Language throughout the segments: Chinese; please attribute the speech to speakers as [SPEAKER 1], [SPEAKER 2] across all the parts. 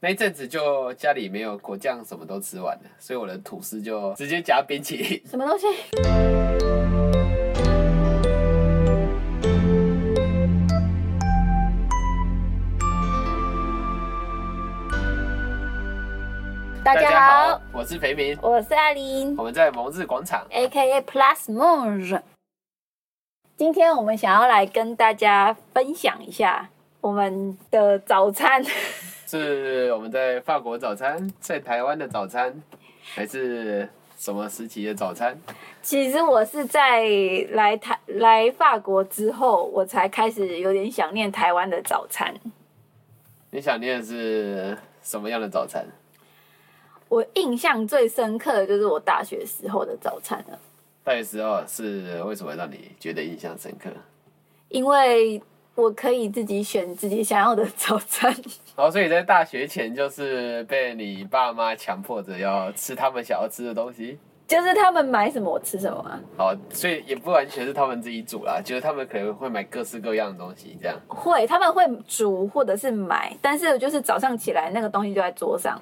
[SPEAKER 1] 那一阵子就家里没有果酱，什么都吃完了，所以我的吐司就直接夹冰淇淋。
[SPEAKER 2] 什么东西？大家好，，
[SPEAKER 1] 我是肥明，
[SPEAKER 2] 我是艾琳
[SPEAKER 1] 我们在蒙日广场。
[SPEAKER 2] ，A.K.A. Plus More。今天我们想要来跟大家分享一下我们的早餐，
[SPEAKER 1] 是我们在法国早餐，在台湾的早餐，还是什么时期的早餐？
[SPEAKER 2] 其实我是在来台来法国之后，我才开始有点想念台湾的早餐。
[SPEAKER 1] 你想念的是什么样的早餐？
[SPEAKER 2] 我印象最深刻的就是我大学时候的早餐了，
[SPEAKER 1] 大学时候是为什么让你觉得印象深刻？
[SPEAKER 2] 因为我可以自己选自己想要的早餐。
[SPEAKER 1] 然后，所以在大学前就是被你爸妈强迫着要吃他们想要吃的东西。
[SPEAKER 2] 就是他们买什么我吃什么啊、
[SPEAKER 1] 好，所以也不完全是他们自己煮啦，就是他们可能会买各式各样的东西，这样。
[SPEAKER 2] 会他们会煮或者是买，但是就是早上起来那个东西就在桌上，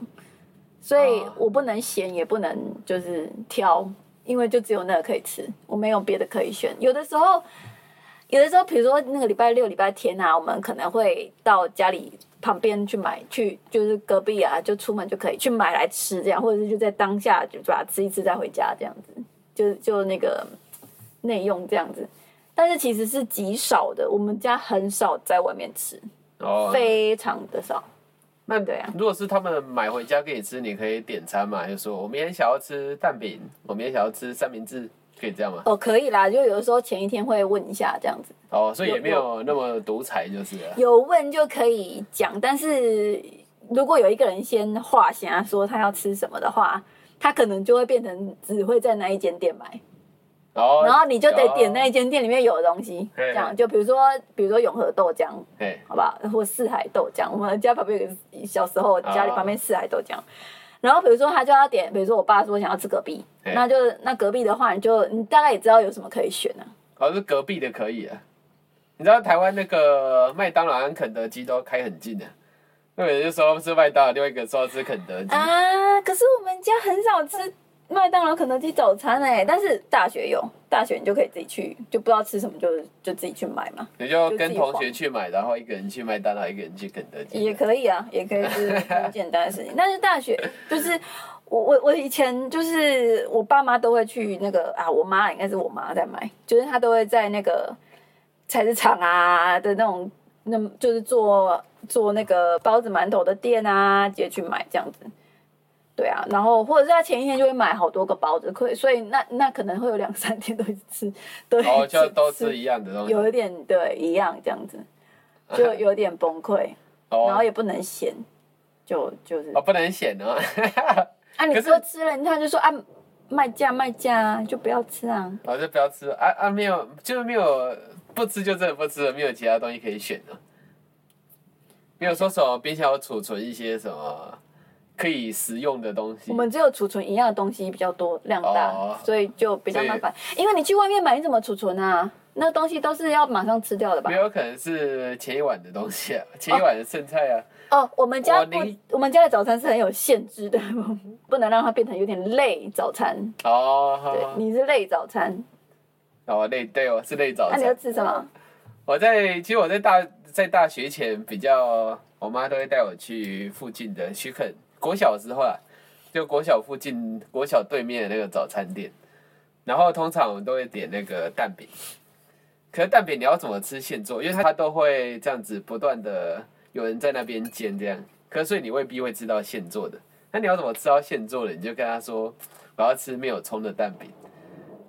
[SPEAKER 2] 所以
[SPEAKER 1] 哦
[SPEAKER 2] 我不能咸也不能就是挑，因为就只有那个可以吃，我没有别的可以选。有的时候，有的时候比如说那个礼拜六、礼拜天啊，我们可能会到家里旁边去买，去就是隔壁啊，就出门就可以去买来吃这样，或者是就在当下就把它吃一吃再回家这样子，就就那个内用这样子。但是其实是极少的，我们家很少在外面吃，
[SPEAKER 1] 哦，
[SPEAKER 2] 非常的少。
[SPEAKER 1] 那
[SPEAKER 2] 对啊
[SPEAKER 1] 如果是他们买回家给你吃，你可以点餐嘛，就说我明天想要吃蛋饼，我明天想要吃三明治，可以这样吗？
[SPEAKER 2] 哦，可以啦，就有的时候前一天会问一下这样子，
[SPEAKER 1] 哦，所以也没
[SPEAKER 2] 有
[SPEAKER 1] 有那么独裁，就是了
[SPEAKER 2] 有问就可以讲。但是如果有一个人先话先啊说他要吃什么的话，他可能就会变成只会在那一间店买，
[SPEAKER 1] 哦
[SPEAKER 2] 然后你就得点那
[SPEAKER 1] 哦
[SPEAKER 2] 一间店里面有的东西，
[SPEAKER 1] 嘿
[SPEAKER 2] 这样就比如说比如说永和豆浆，
[SPEAKER 1] 嘿，
[SPEAKER 2] 好吧， 或四海豆浆。我们家旁边有个小时候家里旁边四海豆浆，然后比如说他就要点，比如说我爸说想要吃隔壁，
[SPEAKER 1] 嘿
[SPEAKER 2] 那就那隔壁的话，你就你大概也知道有什么可以选啊。
[SPEAKER 1] 好像是隔壁的可以啊。你知道台湾那个麦当劳跟肯德基都开很近的、那有人就说是麦当劳，另外一个说是肯德基。
[SPEAKER 2] 啊，可是我们家很少吃麦当劳、肯德基早餐哎、但是大学有，大学你就可以自己去，就不知道吃什么就就自己去买嘛，
[SPEAKER 1] 你就
[SPEAKER 2] 就自
[SPEAKER 1] 跟
[SPEAKER 2] 己
[SPEAKER 1] 同
[SPEAKER 2] 晃
[SPEAKER 1] 学去买，然后一个人去麦当劳，一个人去肯德基。
[SPEAKER 2] 也可以啊，也可以是很简单 的事情。但是大学就是。我我我以前就是我爸妈都会去那个啊，我妈应该是我妈在买，就是她都会在那个菜市场啊的那种，那就是做做那个包子馒头的店啊，直接去买这样子。对啊，然后或者是他前一天就会买好多个包子，可以所以那那可能会有两三天都一直吃，都一直
[SPEAKER 1] 哦，就都
[SPEAKER 2] 吃
[SPEAKER 1] 是，一样的东西。
[SPEAKER 2] 有一点对一样这样子， 就有点崩溃，然后
[SPEAKER 1] 哦，
[SPEAKER 2] 也不能咸，就就是
[SPEAKER 1] 哦，不能显哦。
[SPEAKER 2] 啊，你
[SPEAKER 1] 可是
[SPEAKER 2] 哥吃了，他就说啊卖价卖价啊就不要吃啊，
[SPEAKER 1] 我就不要吃啊啊，没有，就是没有不吃就真的不吃了，没有其他东西可以选了。没有说什么冰箱有储存一些什么可以食用的东西
[SPEAKER 2] 我。们只有储存一样的东西比较多量大，
[SPEAKER 1] 哦
[SPEAKER 2] 所以就比较麻烦。因为你去外面买，你怎么储存啊？那东西都是要马上吃掉的吧
[SPEAKER 1] 没？有可能是前一晚的东西啊，前一晚的剩菜啊。
[SPEAKER 2] 哦，我们家
[SPEAKER 1] 我
[SPEAKER 2] 不
[SPEAKER 1] 宁，
[SPEAKER 2] 我们家的早餐是很有限制的，不能让它变成有点累早餐。
[SPEAKER 1] 哦，
[SPEAKER 2] 对，
[SPEAKER 1] 好
[SPEAKER 2] 你是累早餐，
[SPEAKER 1] 哦，累，对哦，是累早
[SPEAKER 2] 那你要
[SPEAKER 1] 餐。
[SPEAKER 2] 吃什么？
[SPEAKER 1] 我在其实我在大在大学前比较，我妈都会带我去附近的许肯国小的时候啊，就国小附近国小对面的那个早餐店，然后通常我们都会点那个蛋饼，可是蛋饼你要怎么吃现做，因为它它都会这样子不断的有人在那边煎这样，可是所以你未必会吃到现做的，那你要怎么吃到现做的，你就跟他说我要吃没有葱的蛋饼，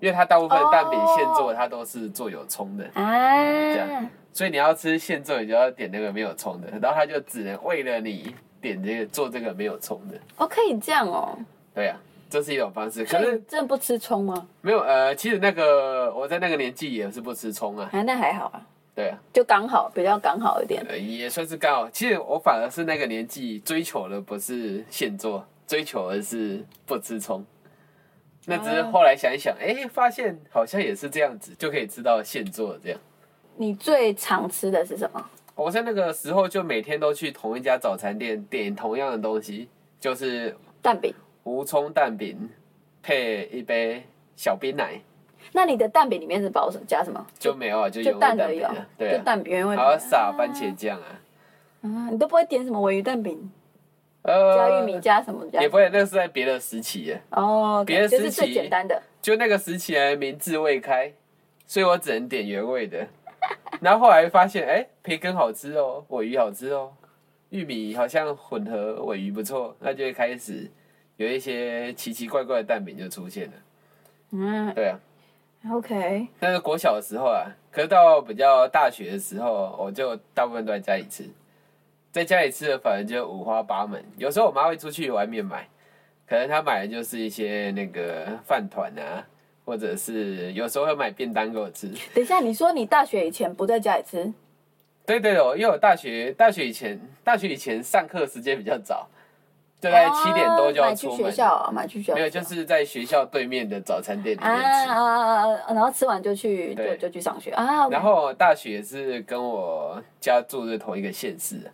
[SPEAKER 1] 因为它大部分的蛋饼现做的它都是做有葱的。
[SPEAKER 2] 啊
[SPEAKER 1] 样，所以你要吃现做，你就要点那个没有葱的，然后他就只能为了你点这个做这个没有葱的，
[SPEAKER 2] 哦，可以这样哦。
[SPEAKER 1] 对呀、这是一种方式。可
[SPEAKER 2] 所以你
[SPEAKER 1] 是
[SPEAKER 2] 真的不吃葱吗？
[SPEAKER 1] 没有呃，其实那个我在那个年纪也是不吃葱啊，
[SPEAKER 2] 啊，那还好啊，
[SPEAKER 1] 对啊，
[SPEAKER 2] 就刚好，比较刚好一点。
[SPEAKER 1] 呃也算是刚好。其实我反而是那个年纪追求的不是现做，追求的是不吃葱。那只是后来想一想，哎、发现好像也是这样子，就可以吃到现做这样。
[SPEAKER 2] 你最常吃的是什么？
[SPEAKER 1] 我在那个时候就每天都去同一家早餐店点同样的东西，就是
[SPEAKER 2] 蛋饼。
[SPEAKER 1] 无葱蛋饼配一杯小冰奶，
[SPEAKER 2] 那你的蛋饼里面是包什么加什么？
[SPEAKER 1] 就没有啊，就
[SPEAKER 2] 就
[SPEAKER 1] 原味
[SPEAKER 2] 蛋
[SPEAKER 1] 蛋
[SPEAKER 2] 而已
[SPEAKER 1] 饼
[SPEAKER 2] 哦
[SPEAKER 1] 啊，，对
[SPEAKER 2] 就
[SPEAKER 1] 啊，
[SPEAKER 2] 蛋饼原味
[SPEAKER 1] 还
[SPEAKER 2] 蛋
[SPEAKER 1] 要
[SPEAKER 2] 饼。
[SPEAKER 1] 撒番茄酱啊，
[SPEAKER 2] 啊，你都不会点什么鲔鱼蛋饼，加玉
[SPEAKER 1] 呃，
[SPEAKER 2] 米加什么加？
[SPEAKER 1] 也不会，那是在别的时期耶，
[SPEAKER 2] 哦，
[SPEAKER 1] 别的
[SPEAKER 2] 就是
[SPEAKER 1] 时
[SPEAKER 2] 最
[SPEAKER 1] 期
[SPEAKER 2] 简单的。
[SPEAKER 1] 就那个时期还明智未开，所以我只能点原味 的。然后后来发现，哎、培根好吃哦，尾鱼好吃哦，玉米好像混合尾鱼不错，那就会开始有一些奇奇怪怪的蛋饼就出现了。
[SPEAKER 2] 嗯
[SPEAKER 1] 对啊，
[SPEAKER 2] ，OK，
[SPEAKER 1] 但是国小的时候啊，可是到比较大学的时候，我就大部分都在家里吃，在家里吃的反正就五花八门。有时候我妈会出去外面买，可能她买的就是一些那个饭团啊，或者是有时候会买便当给我吃。
[SPEAKER 2] 等一下，你说你大学以前不在家里吃，
[SPEAKER 1] 对对的，我因为我大学大学以前大学以前上课时间比较早，大概七点多就
[SPEAKER 2] 哦
[SPEAKER 1] 要
[SPEAKER 2] 买去
[SPEAKER 1] 出
[SPEAKER 2] 学
[SPEAKER 1] 门，
[SPEAKER 2] 校啊，买去学校吃啊，
[SPEAKER 1] 没有就是在学校对面的早餐店里
[SPEAKER 2] 啊
[SPEAKER 1] 面吃。
[SPEAKER 2] 啊啊啊！然后吃完就去就
[SPEAKER 1] 对
[SPEAKER 2] 就去上学啊。
[SPEAKER 1] 然后大学是跟我家住在同一个县市啊，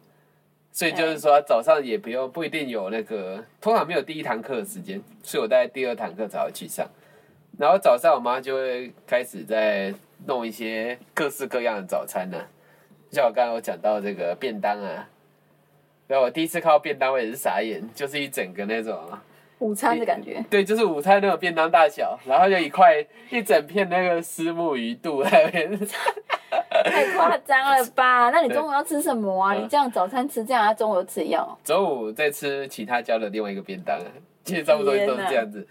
[SPEAKER 1] 所以就是说早上也不用不一定有那个，通常没有第一堂课的时间，所以我大概第二堂课才会去上。然后早上我妈就会开始在弄一些各式各样的早餐呢、像我刚刚有讲到这个便当啊，然后我第一次看到便当我也是傻眼，就是一整个那种
[SPEAKER 2] 午餐的 感觉，
[SPEAKER 1] 对，就是午餐那种便当大小，然后就一块一整片那个丝木鱼肚在那边。
[SPEAKER 2] 太夸张了吧？那你
[SPEAKER 1] 对
[SPEAKER 2] 中午要吃什么啊？
[SPEAKER 1] 嗯
[SPEAKER 2] 你这样早餐吃这样，啊，中午又吃一样哦。
[SPEAKER 1] 周五再吃其他家的另外一个便当，啊，其实差不多都是这样子。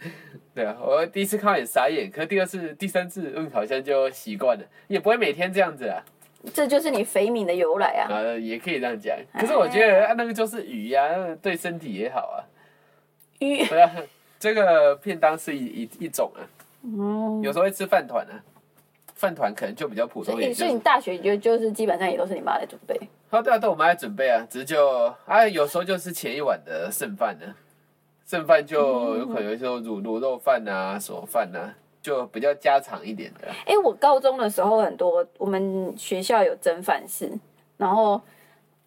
[SPEAKER 1] 对啊，我第一次看到也傻眼，可是第二次、第三次，嗯，好像就习惯了，也不会每天这样子啊。
[SPEAKER 2] 这就是你肥敏的由来啊！
[SPEAKER 1] 啊，也可以这样讲。可是我觉
[SPEAKER 2] 哎
[SPEAKER 1] 得、啊、那个就是鱼呀、啊，那对身体也好啊。
[SPEAKER 2] 鱼，
[SPEAKER 1] 对啊，这个便当是一一一种啊，
[SPEAKER 2] 嗯，
[SPEAKER 1] 有时候会吃饭团啊，饭团可能就比较普通
[SPEAKER 2] 所
[SPEAKER 1] 一点。
[SPEAKER 2] 以
[SPEAKER 1] 就
[SPEAKER 2] 所以
[SPEAKER 1] 是
[SPEAKER 2] 你大学就就是基本上也都是你妈来准备。
[SPEAKER 1] 啊，对啊，对，我们还准备啊，只是就啊，有时候就是前一晚的剩饭呢、剩饭就有可能就卤卤肉饭啊、什么饭啊，就比较家常一点的。
[SPEAKER 2] 哎，我高中的时候很多，我们学校有蒸饭室，然后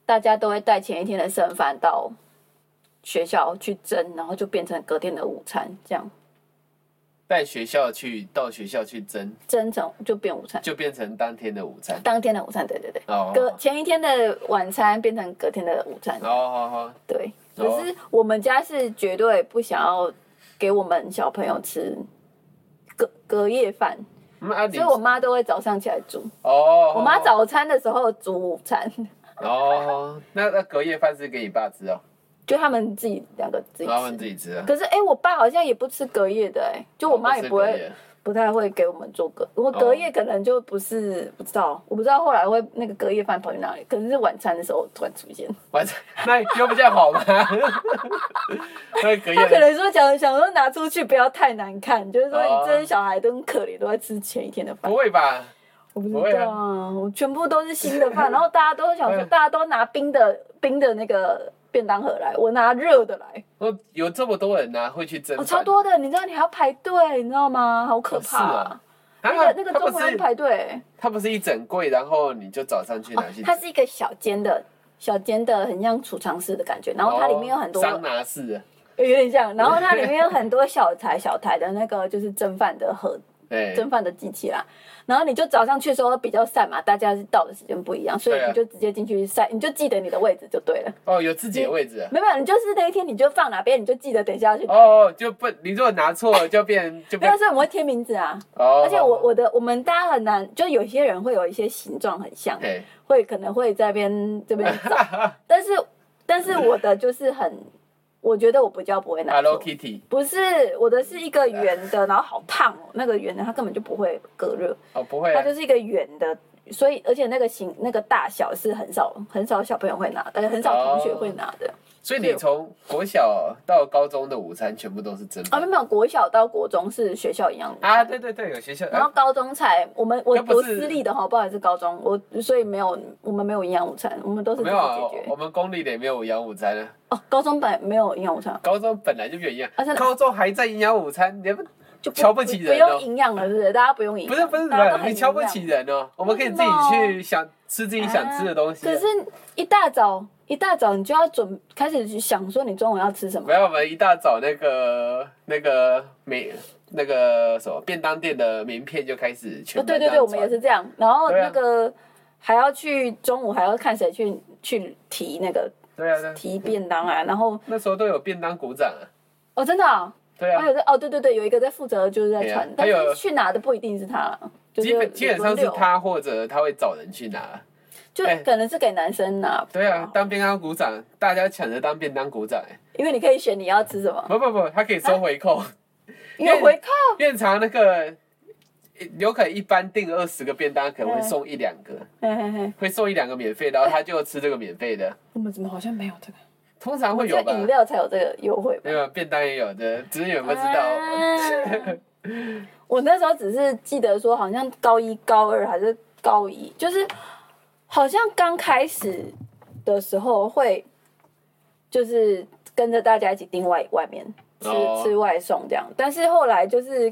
[SPEAKER 2] 大家都会带前一天的剩饭到学校去蒸，然后就变成隔天的午餐，这样
[SPEAKER 1] 带学校去到学校去蒸，
[SPEAKER 2] 蒸成就变午餐。
[SPEAKER 1] 就变成当天的午餐
[SPEAKER 2] 当天的午餐，对对对，
[SPEAKER 1] 哦。
[SPEAKER 2] 隔前一天的晚餐变成隔天的午餐，
[SPEAKER 1] 哦好好，
[SPEAKER 2] 对。
[SPEAKER 1] 哦
[SPEAKER 2] 可是我们家是绝对不想要给我们小朋友吃隔隔夜饭，
[SPEAKER 1] 嗯啊你
[SPEAKER 2] 所以我妈都会早上起来煮。
[SPEAKER 1] 哦，
[SPEAKER 2] 我妈早餐的时候煮午餐，
[SPEAKER 1] 哦，那那隔夜饭是给你爸吃哦，
[SPEAKER 2] 就他们自己两个自己
[SPEAKER 1] 然后他们
[SPEAKER 2] 吃。
[SPEAKER 1] 自己吃啊。
[SPEAKER 2] 可是哎、我爸好像也不吃隔夜的哎、就我妈也不
[SPEAKER 1] 哦是隔
[SPEAKER 2] 会，
[SPEAKER 1] 夜
[SPEAKER 2] 不太会给我们做隔。我隔夜可能就不是不知道，我不知道后来会那个隔夜饭跑去哪里，可能是晚餐的时候突然出 现。
[SPEAKER 1] 晚餐那又比较好吗？ 那隔夜
[SPEAKER 2] 他
[SPEAKER 1] 的
[SPEAKER 2] 可能说想想说拿出去不要太难看，就是说
[SPEAKER 1] 哦
[SPEAKER 2] 你这些小孩都很可怜，都在吃前一天的饭。
[SPEAKER 1] 不会吧？
[SPEAKER 2] 我不
[SPEAKER 1] 不会
[SPEAKER 2] 知道，
[SPEAKER 1] 啊
[SPEAKER 2] 啊，我全部都是新的 饭，然后大家都想说，
[SPEAKER 1] 嗯
[SPEAKER 2] 大家都拿冰的冰的那个便当盒来，我拿热的来，
[SPEAKER 1] 哦，有这么多人呐、会去蒸
[SPEAKER 2] 哦，
[SPEAKER 1] 饭、
[SPEAKER 2] 超多的，你知道你还要排队，你知道吗？好可怕、
[SPEAKER 1] 哦啊！
[SPEAKER 2] 那个那个
[SPEAKER 1] 它
[SPEAKER 2] 中
[SPEAKER 1] 不
[SPEAKER 2] 国人
[SPEAKER 1] 是
[SPEAKER 2] 排队，
[SPEAKER 1] 它不是一整柜，然后你就早上去
[SPEAKER 2] 哦
[SPEAKER 1] 拿去，
[SPEAKER 2] 它是一个小间的。小间的很像储藏室的感觉，然后它里面有很多、
[SPEAKER 1] 哦桑拿室啊，
[SPEAKER 2] 有点 像，然后它里面有很多小台小台的那个就是蒸饭的盒
[SPEAKER 1] 对，
[SPEAKER 2] 蒸饭的机器啦。然后你就早上去的时候比较散嘛，大家到的时间不一样，所以
[SPEAKER 1] 对啊
[SPEAKER 2] 你就直接进去晒，你就记得你的位置就对了。
[SPEAKER 1] 哦，有自己的位置啊、
[SPEAKER 2] 没有，你就是那一天你就放哪边，你就记得等一下要去。
[SPEAKER 1] 哦，就不，你如果拿错了就变就
[SPEAKER 2] 没
[SPEAKER 1] 变
[SPEAKER 2] 有，所以我们会贴名字啊。
[SPEAKER 1] 哦，
[SPEAKER 2] 而且我我的我们大家很难，就有些人会有一些形状很像，
[SPEAKER 1] 对，
[SPEAKER 2] 会可能会在边这边找， 但是但是我的就是很，我觉得我比较不会拿
[SPEAKER 1] Hello
[SPEAKER 2] 错。
[SPEAKER 1] Kitty
[SPEAKER 2] 不是我的是一个圆的，然后好烫哦，那个圆的它根本就不会隔热，
[SPEAKER 1] 哦，不会、
[SPEAKER 2] 它
[SPEAKER 1] 啊，
[SPEAKER 2] 就是一个圆的，所以而且那个形那个大小是很少很少小朋友会拿的，呃很少同学
[SPEAKER 1] 哦
[SPEAKER 2] 会拿的。
[SPEAKER 1] 所以你从国小到高中的午餐全部都是蒸
[SPEAKER 2] 啊，
[SPEAKER 1] 饭、
[SPEAKER 2] 没有没有，国小到国中是学校一样的
[SPEAKER 1] 啊，对对对，有学校，
[SPEAKER 2] 然后
[SPEAKER 1] 啊、
[SPEAKER 2] 高中才我们我
[SPEAKER 1] 那不
[SPEAKER 2] 读
[SPEAKER 1] 是
[SPEAKER 2] 私立的哈，不好意思，高中我所以没有我们没有营养午餐，我们都是自
[SPEAKER 1] 没
[SPEAKER 2] 己
[SPEAKER 1] 有啊
[SPEAKER 2] 解，
[SPEAKER 1] 我
[SPEAKER 2] 决。
[SPEAKER 1] 们公立的也没有营养午餐啊，
[SPEAKER 2] 哦，高中本来没有营养午餐，
[SPEAKER 1] 高中本来就没有营养、
[SPEAKER 2] 啊真的
[SPEAKER 1] 高中还在营养午餐，你不
[SPEAKER 2] 就不
[SPEAKER 1] 瞧不起人
[SPEAKER 2] 不
[SPEAKER 1] 哦
[SPEAKER 2] 用营养了，是不是？大家不用营养，
[SPEAKER 1] 不是不是不
[SPEAKER 2] 大家都
[SPEAKER 1] 是，
[SPEAKER 2] 很
[SPEAKER 1] 你瞧
[SPEAKER 2] 营
[SPEAKER 1] 不
[SPEAKER 2] 养
[SPEAKER 1] 起人哦，我们可以自己
[SPEAKER 2] 为什
[SPEAKER 1] 去想吃自己想吃的东西啊。
[SPEAKER 2] 可是，一大早一大早你就要准开始去想说你中午要吃什么哦
[SPEAKER 1] 没。有，我们一大早那个那个名那个什么便当店的名片就开始全
[SPEAKER 2] 哦，
[SPEAKER 1] 班
[SPEAKER 2] 对对
[SPEAKER 1] 这
[SPEAKER 2] 对，
[SPEAKER 1] 样
[SPEAKER 2] 我们也
[SPEAKER 1] 传
[SPEAKER 2] 是这样。然后
[SPEAKER 1] 对啊
[SPEAKER 2] 那个、还要去中午还要看谁去去提那个
[SPEAKER 1] 对啊对啊，
[SPEAKER 2] 提便当啊。然后
[SPEAKER 1] 那时候都有便当鼓掌啊，
[SPEAKER 2] 哦，真的、哦，
[SPEAKER 1] 对
[SPEAKER 2] 还
[SPEAKER 1] 啊，
[SPEAKER 2] 有在哦，对对对，有一个在负责就是在
[SPEAKER 1] 对啊
[SPEAKER 2] 传，
[SPEAKER 1] 还
[SPEAKER 2] 但
[SPEAKER 1] 有
[SPEAKER 2] 是去拿的不一定是他啦，就是
[SPEAKER 1] 基本基本上
[SPEAKER 2] 轮
[SPEAKER 1] 是
[SPEAKER 2] 流，
[SPEAKER 1] 他或者他会找人去拿，
[SPEAKER 2] 就
[SPEAKER 1] 哎
[SPEAKER 2] 可能是给男生拿。
[SPEAKER 1] 对啊，，当便当鼓掌，大家抢着当便当鼓掌、欸，
[SPEAKER 2] 因为你可以选你要吃什么，
[SPEAKER 1] 不不不，他可以
[SPEAKER 2] 啊
[SPEAKER 1] 收回
[SPEAKER 2] 哦
[SPEAKER 1] 扣， 因为
[SPEAKER 2] 有回扣。
[SPEAKER 1] 院长那个有可能一般订二十个便当，可能
[SPEAKER 2] 嗯
[SPEAKER 1] 会送一两个，
[SPEAKER 2] 嘿嘿嘿，
[SPEAKER 1] 会送一两个免费，然后他就吃这个免费的，
[SPEAKER 2] 我们怎么好像没有这个？
[SPEAKER 1] 通常会
[SPEAKER 2] 只有
[SPEAKER 1] 有吧？啊
[SPEAKER 2] 饮料才有这个优惠吧？
[SPEAKER 1] 没有便当也有的，只是有没有知道。
[SPEAKER 2] 啊 我那时候只是记得说，好像高一、高二还是高一，就是好像刚开始的时候会，就是跟着大家一起订外外面吃、
[SPEAKER 1] 哦
[SPEAKER 2] 吃外送这样，但是后来就是。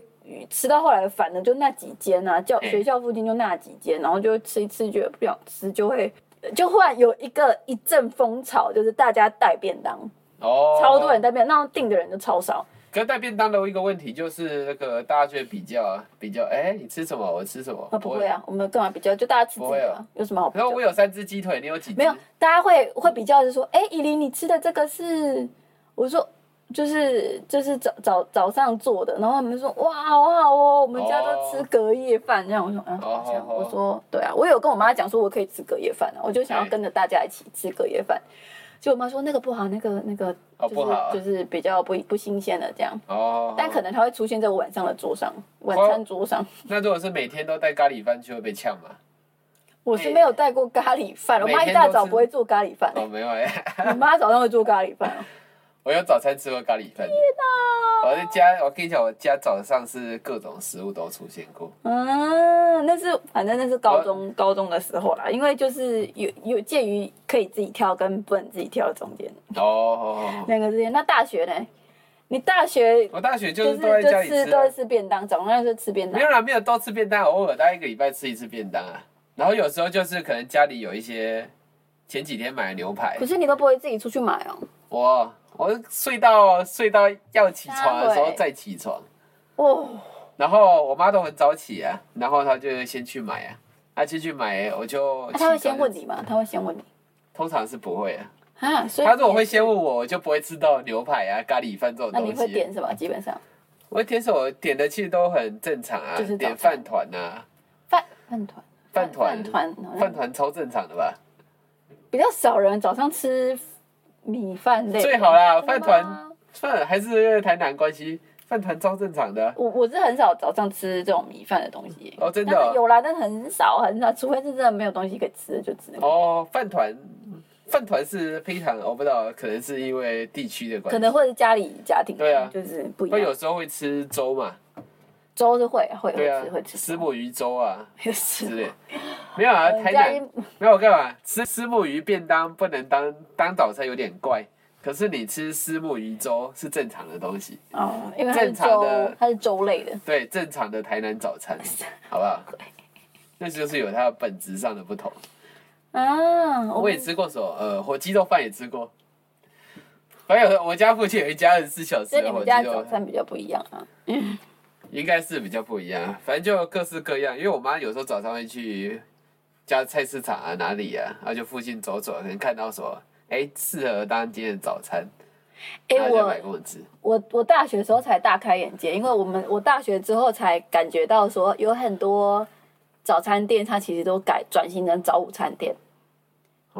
[SPEAKER 2] 吃到后来，反正就那几间啊，教
[SPEAKER 1] 嗯
[SPEAKER 2] 学校附近就那几间，然后就吃一吃，觉得不想吃，就会就忽然有一个一阵风潮，就是大家带便当，
[SPEAKER 1] 哦，
[SPEAKER 2] 超多人带便当，那订的人就超少。
[SPEAKER 1] 可是带便当的一个问题就是那个大家就会比较啊，比较，哎、你吃什么？我吃什么？
[SPEAKER 2] 啊，不会。啊，我们干嘛比较？就大家吃自己
[SPEAKER 1] 不会
[SPEAKER 2] 的
[SPEAKER 1] 啊
[SPEAKER 2] 啊，有什么好比
[SPEAKER 1] 然
[SPEAKER 2] 较
[SPEAKER 1] 后？我有三只鸡腿，你有几只？
[SPEAKER 2] 没有，大家会会比较，就是说，哎，以琳，你吃的这个是，我说就是就是早早早上做的，然后他们说，哇，好好哦，我们家都吃隔夜饭，这样我说，啊，
[SPEAKER 1] 哦
[SPEAKER 2] 好像
[SPEAKER 1] 哦
[SPEAKER 2] 我说，对啊，我有跟我妈讲说，我可以吃隔夜饭啊，我就想要
[SPEAKER 1] 对
[SPEAKER 2] 跟着大家一起吃隔夜饭，结果我妈说那个不好，那个那个
[SPEAKER 1] 哦，
[SPEAKER 2] 就
[SPEAKER 1] 不好啊
[SPEAKER 2] 是。就是比较不不新鲜的这样，
[SPEAKER 1] 哦，
[SPEAKER 2] 但可能它会出现在我晚上的桌上，晚餐桌上。
[SPEAKER 1] 那如果是每天都带咖喱饭，就会被呛嘛？
[SPEAKER 2] 我是没有带过咖喱饭，我
[SPEAKER 1] 哎每
[SPEAKER 2] 妈
[SPEAKER 1] 天
[SPEAKER 2] 一大
[SPEAKER 1] 都
[SPEAKER 2] 早
[SPEAKER 1] 吃
[SPEAKER 2] 不会做咖喱饭，
[SPEAKER 1] 哦，没有哎、
[SPEAKER 2] 我妈早上会做咖喱饭哦。
[SPEAKER 1] 我有早餐吃过咖喱饭。我在家，我跟你讲，我家早上是各种食物都出现过。
[SPEAKER 2] 嗯，那是反正那是高中高中的时候啦，因为就是有有介于可以自己挑跟不能自己挑的中间
[SPEAKER 1] 哦哦，哦
[SPEAKER 2] 两个之间。那大学呢？你大学
[SPEAKER 1] 我大学就
[SPEAKER 2] 就是
[SPEAKER 1] 都在
[SPEAKER 2] 是
[SPEAKER 1] 家
[SPEAKER 2] 就
[SPEAKER 1] 里吃
[SPEAKER 2] 吃
[SPEAKER 1] 啊、
[SPEAKER 2] 都是吃便当，早上就吃便当
[SPEAKER 1] 没。有啦，没有都吃便当，偶尔大概一个礼拜吃一次便当啊。然后有时候就是可能家里有一些前几天买的牛排
[SPEAKER 2] 可，是你都不会自己出去买哦。
[SPEAKER 1] 我我睡到睡到要起床的时
[SPEAKER 2] 哪
[SPEAKER 1] 候
[SPEAKER 2] 会
[SPEAKER 1] 再起床，
[SPEAKER 2] 哦，
[SPEAKER 1] 然后我妈都很早起啊，然后她就先去买啊，她先去买，我就
[SPEAKER 2] 那他啊会
[SPEAKER 1] 起床
[SPEAKER 2] 先问，你吗？他会先问你
[SPEAKER 1] 通常是不会啊。
[SPEAKER 2] 啊？所以
[SPEAKER 1] 她如果
[SPEAKER 2] 你也
[SPEAKER 1] 会
[SPEAKER 2] 是
[SPEAKER 1] 先问我，我就不会吃到牛排啊、咖喱饭这种
[SPEAKER 2] 那
[SPEAKER 1] 东西。啊
[SPEAKER 2] 你会点什么？基本上
[SPEAKER 1] 我会点什么？点的其实都很正常啊，
[SPEAKER 2] 就是早餐
[SPEAKER 1] 点饭团啊，
[SPEAKER 2] 饭饭团
[SPEAKER 1] 饭团
[SPEAKER 2] 饭团好像
[SPEAKER 1] 饭团超正常的吧？
[SPEAKER 2] 比较少人早上吃米饭类的。
[SPEAKER 1] 最好啦
[SPEAKER 2] 真的吗
[SPEAKER 1] 饭团。算还是因为台南关系，饭团超正常的啊。
[SPEAKER 2] 我我是很少早上吃这种米饭的东西。
[SPEAKER 1] 哦真的
[SPEAKER 2] 但
[SPEAKER 1] 哦
[SPEAKER 2] 是有啦，但很少很少，除非是真的没有东西可以吃，就只能。
[SPEAKER 1] 哦，饭团，饭团是非常，我不知道，可能是因为地区的关系，
[SPEAKER 2] 可能或者是家里家庭
[SPEAKER 1] 对啊
[SPEAKER 2] 就是不一
[SPEAKER 1] 会有
[SPEAKER 2] 样。
[SPEAKER 1] 时候会吃粥嘛，
[SPEAKER 2] 粥是会会
[SPEAKER 1] 对
[SPEAKER 2] 会
[SPEAKER 1] 啊
[SPEAKER 2] 吃会，吃
[SPEAKER 1] 石母鱼粥啊
[SPEAKER 2] 会吃
[SPEAKER 1] 之类，没有啊，
[SPEAKER 2] 我们
[SPEAKER 1] 台
[SPEAKER 2] 呃家一
[SPEAKER 1] 南没有干嘛？吃石母鱼便当不能当当早餐有点怪，可是你吃石母鱼粥是正常的东西，
[SPEAKER 2] 哦，因为它是
[SPEAKER 1] 正常的
[SPEAKER 2] 粥，它是粥类的。
[SPEAKER 1] 对，正常的台南早 餐，好不好？那就是有它本质上的不同。
[SPEAKER 2] 啊，
[SPEAKER 1] 我也吃过什么？呃，火鸡肉饭也吃过。还有我家附近有一家二十四小时
[SPEAKER 2] 所以
[SPEAKER 1] 的
[SPEAKER 2] 你
[SPEAKER 1] 火
[SPEAKER 2] 们
[SPEAKER 1] 鸡
[SPEAKER 2] 家的
[SPEAKER 1] 肉
[SPEAKER 2] 早
[SPEAKER 1] 饭，
[SPEAKER 2] 餐比较不一样啊。
[SPEAKER 1] 应该是比较不一样。反正就各式各样，因为我妈有时候早上会去家菜市场啊哪里啊，然后就附近走走，可能看到什么，哎、适合当今天的早餐，
[SPEAKER 2] 哎、
[SPEAKER 1] 然后就
[SPEAKER 2] 我
[SPEAKER 1] 买给我吃。
[SPEAKER 2] 我我大学的时候才大开眼界，因为我们我大学之后才感觉到说有很多早餐店，它其实都改转型成早午餐店。
[SPEAKER 1] 哦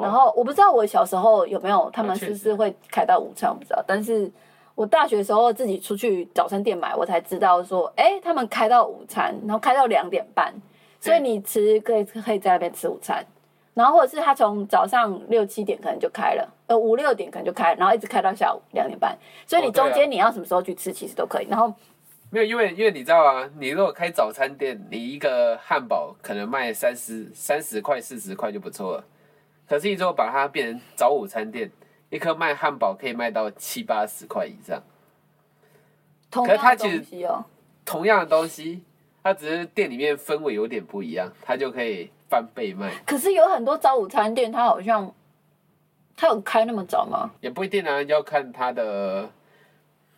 [SPEAKER 2] 然后我不知道我小时候有没有他
[SPEAKER 1] 啊
[SPEAKER 2] 们
[SPEAKER 1] 确
[SPEAKER 2] 是
[SPEAKER 1] 实
[SPEAKER 2] 不是会开到午餐，我不知道。但是我大学的时候自己出去早餐店买，我才知道说，哎，他们开到午餐，然后开到两点半，所以你吃可以可以在那边吃午餐。然后或者是他从早上六七点可能就开了，呃五六点可能就开，然后一直开到下午两点半，所以
[SPEAKER 1] 哦
[SPEAKER 2] 你
[SPEAKER 1] 对啊
[SPEAKER 2] 中间你要什么时候去吃其实都可以。然后
[SPEAKER 1] 没有，因为因为你知道啊，你如果开早餐店，你一个汉堡可能卖三十三十块、四十块就不错了。可是你如果把它变成早午餐店，一颗卖汉堡可以卖到七八十块以上。
[SPEAKER 2] 同
[SPEAKER 1] 可是
[SPEAKER 2] 样
[SPEAKER 1] 它
[SPEAKER 2] 的
[SPEAKER 1] 其实
[SPEAKER 2] 东西哦，
[SPEAKER 1] 同样的东西，它只是店里面氛围有点不一样，它就可以翻倍卖，
[SPEAKER 2] 可是有很多早午餐店，它好像它有开那么早吗？
[SPEAKER 1] 也不一定啊，要看它的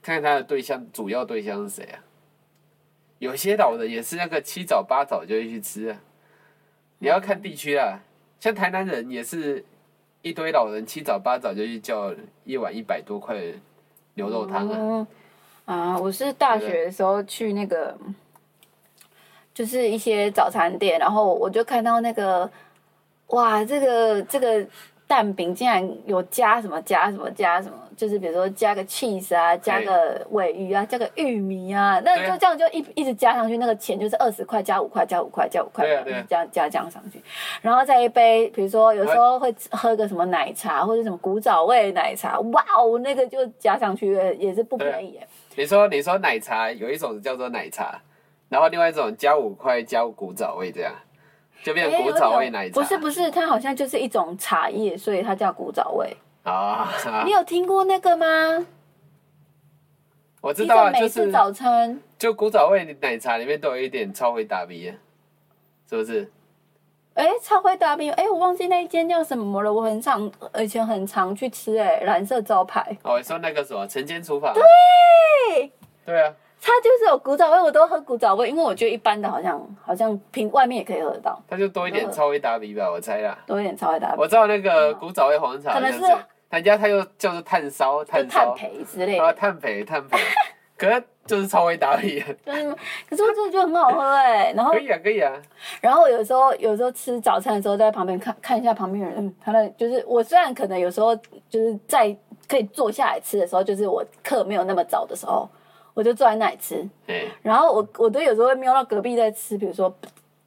[SPEAKER 1] 看它的对象，主要对象是谁啊？有些老人也是那个七早八早就会去吃啊，你要看地区啊，像台南人也是一堆老人七早八早就去叫一碗一百多块的牛肉汤啊，
[SPEAKER 2] 嗯啊，我是大学的时候去那个，就是一些早餐店，然后我就看到那个，哇，这个这个蛋饼竟然有加什么加什么加什么，就是比如说加个 cheese 啊，加个尾鱼啊，加个玉米啊，那
[SPEAKER 1] 对
[SPEAKER 2] 就这样就一一直加上去，那个钱就是二十块加五块加五块加五块，
[SPEAKER 1] 对啊对啊
[SPEAKER 2] 这样加这样上去，然后再一杯，比如说有
[SPEAKER 1] 哎
[SPEAKER 2] 时候会喝个什么奶茶或者什么古早味奶茶，哇哦，那个就加上去也也是不
[SPEAKER 1] 对啊
[SPEAKER 2] 便宜耶。
[SPEAKER 1] 你说你说奶茶有一种叫做奶茶，然后另外一种加五块加古早味这样，就变
[SPEAKER 2] 哎
[SPEAKER 1] 成古早味奶茶。
[SPEAKER 2] 有一种不是不是，它好像就是一种茶叶，所以它叫古早味。
[SPEAKER 1] 啊，
[SPEAKER 2] 你有听过那个吗？
[SPEAKER 1] 我知
[SPEAKER 2] 一
[SPEAKER 1] 道啊，
[SPEAKER 2] 种
[SPEAKER 1] 就
[SPEAKER 2] 美
[SPEAKER 1] 是
[SPEAKER 2] 式早餐，
[SPEAKER 1] 就古早味奶茶里面都有一点超会打鼻，是不是？
[SPEAKER 2] 哎、超会大饼，哎、我忘记那一间叫什么了。我很常，以前很常去吃、哎，蓝色招牌，
[SPEAKER 1] 哦，你说那个什么晨间厨房？对，对啊，
[SPEAKER 2] 它就是有古早味，我都喝古早味，因为我觉得一般的好像好像平外面也可以喝得到，
[SPEAKER 1] 它就多一
[SPEAKER 2] 嗯
[SPEAKER 1] 点超会打鼻吧，我猜啦。
[SPEAKER 2] 都有点超会大饼，
[SPEAKER 1] 我知道那个古早味红茶好
[SPEAKER 2] 嗯可
[SPEAKER 1] 像
[SPEAKER 2] 能
[SPEAKER 1] 是，
[SPEAKER 2] 是
[SPEAKER 1] 人家它又叫做炭烧，
[SPEAKER 2] 就
[SPEAKER 1] 炭
[SPEAKER 2] 碳
[SPEAKER 1] 烧，
[SPEAKER 2] 培之类
[SPEAKER 1] 然后
[SPEAKER 2] 的。
[SPEAKER 1] 炭焙炭 焙，可是就是超会打鼻，
[SPEAKER 2] 就是，可是我真的觉得很好喝哎、然后
[SPEAKER 1] 可以啊，可以啊。
[SPEAKER 2] 然后有时候有时候吃早餐的时候，在旁边看看一下旁边人，嗯，他的就是我虽然可能有时候就是在可以坐下来吃的时候，就是我课没有那么早的时候，我就坐在那里吃。
[SPEAKER 1] 哎，
[SPEAKER 2] 然后我我都有时候会瞄到隔壁在吃，比如说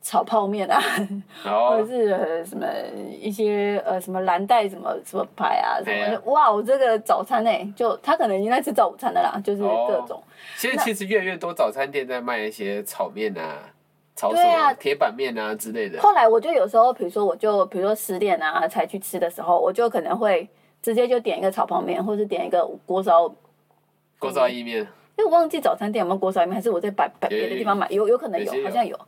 [SPEAKER 2] 炒泡面啊，
[SPEAKER 1] 然
[SPEAKER 2] 或
[SPEAKER 1] 后
[SPEAKER 2] 者是呃什么一些呃什么蓝带什么什么排啊什
[SPEAKER 1] 对
[SPEAKER 2] 么
[SPEAKER 1] 啊
[SPEAKER 2] 的。哇，我这个早餐哎、就他可能已经在吃早午餐的啦，就是
[SPEAKER 1] 哦
[SPEAKER 2] 各种。
[SPEAKER 1] 现在其实越来越多早餐店在卖一些炒面啊、炒什
[SPEAKER 2] 对啊哦
[SPEAKER 1] 么铁板面啊之类的。
[SPEAKER 2] 后来我就有时候，比如说我就比如说十点啊才去吃的时候，我就可能会直接就点一个炒泡面，或是点一个锅烧，
[SPEAKER 1] 锅烧意面，
[SPEAKER 2] 因为我忘记早餐店有没有锅烧面，还是我在摆摆
[SPEAKER 1] 有
[SPEAKER 2] 别的地方买，有有可能有
[SPEAKER 1] 有些，有
[SPEAKER 2] 好像有。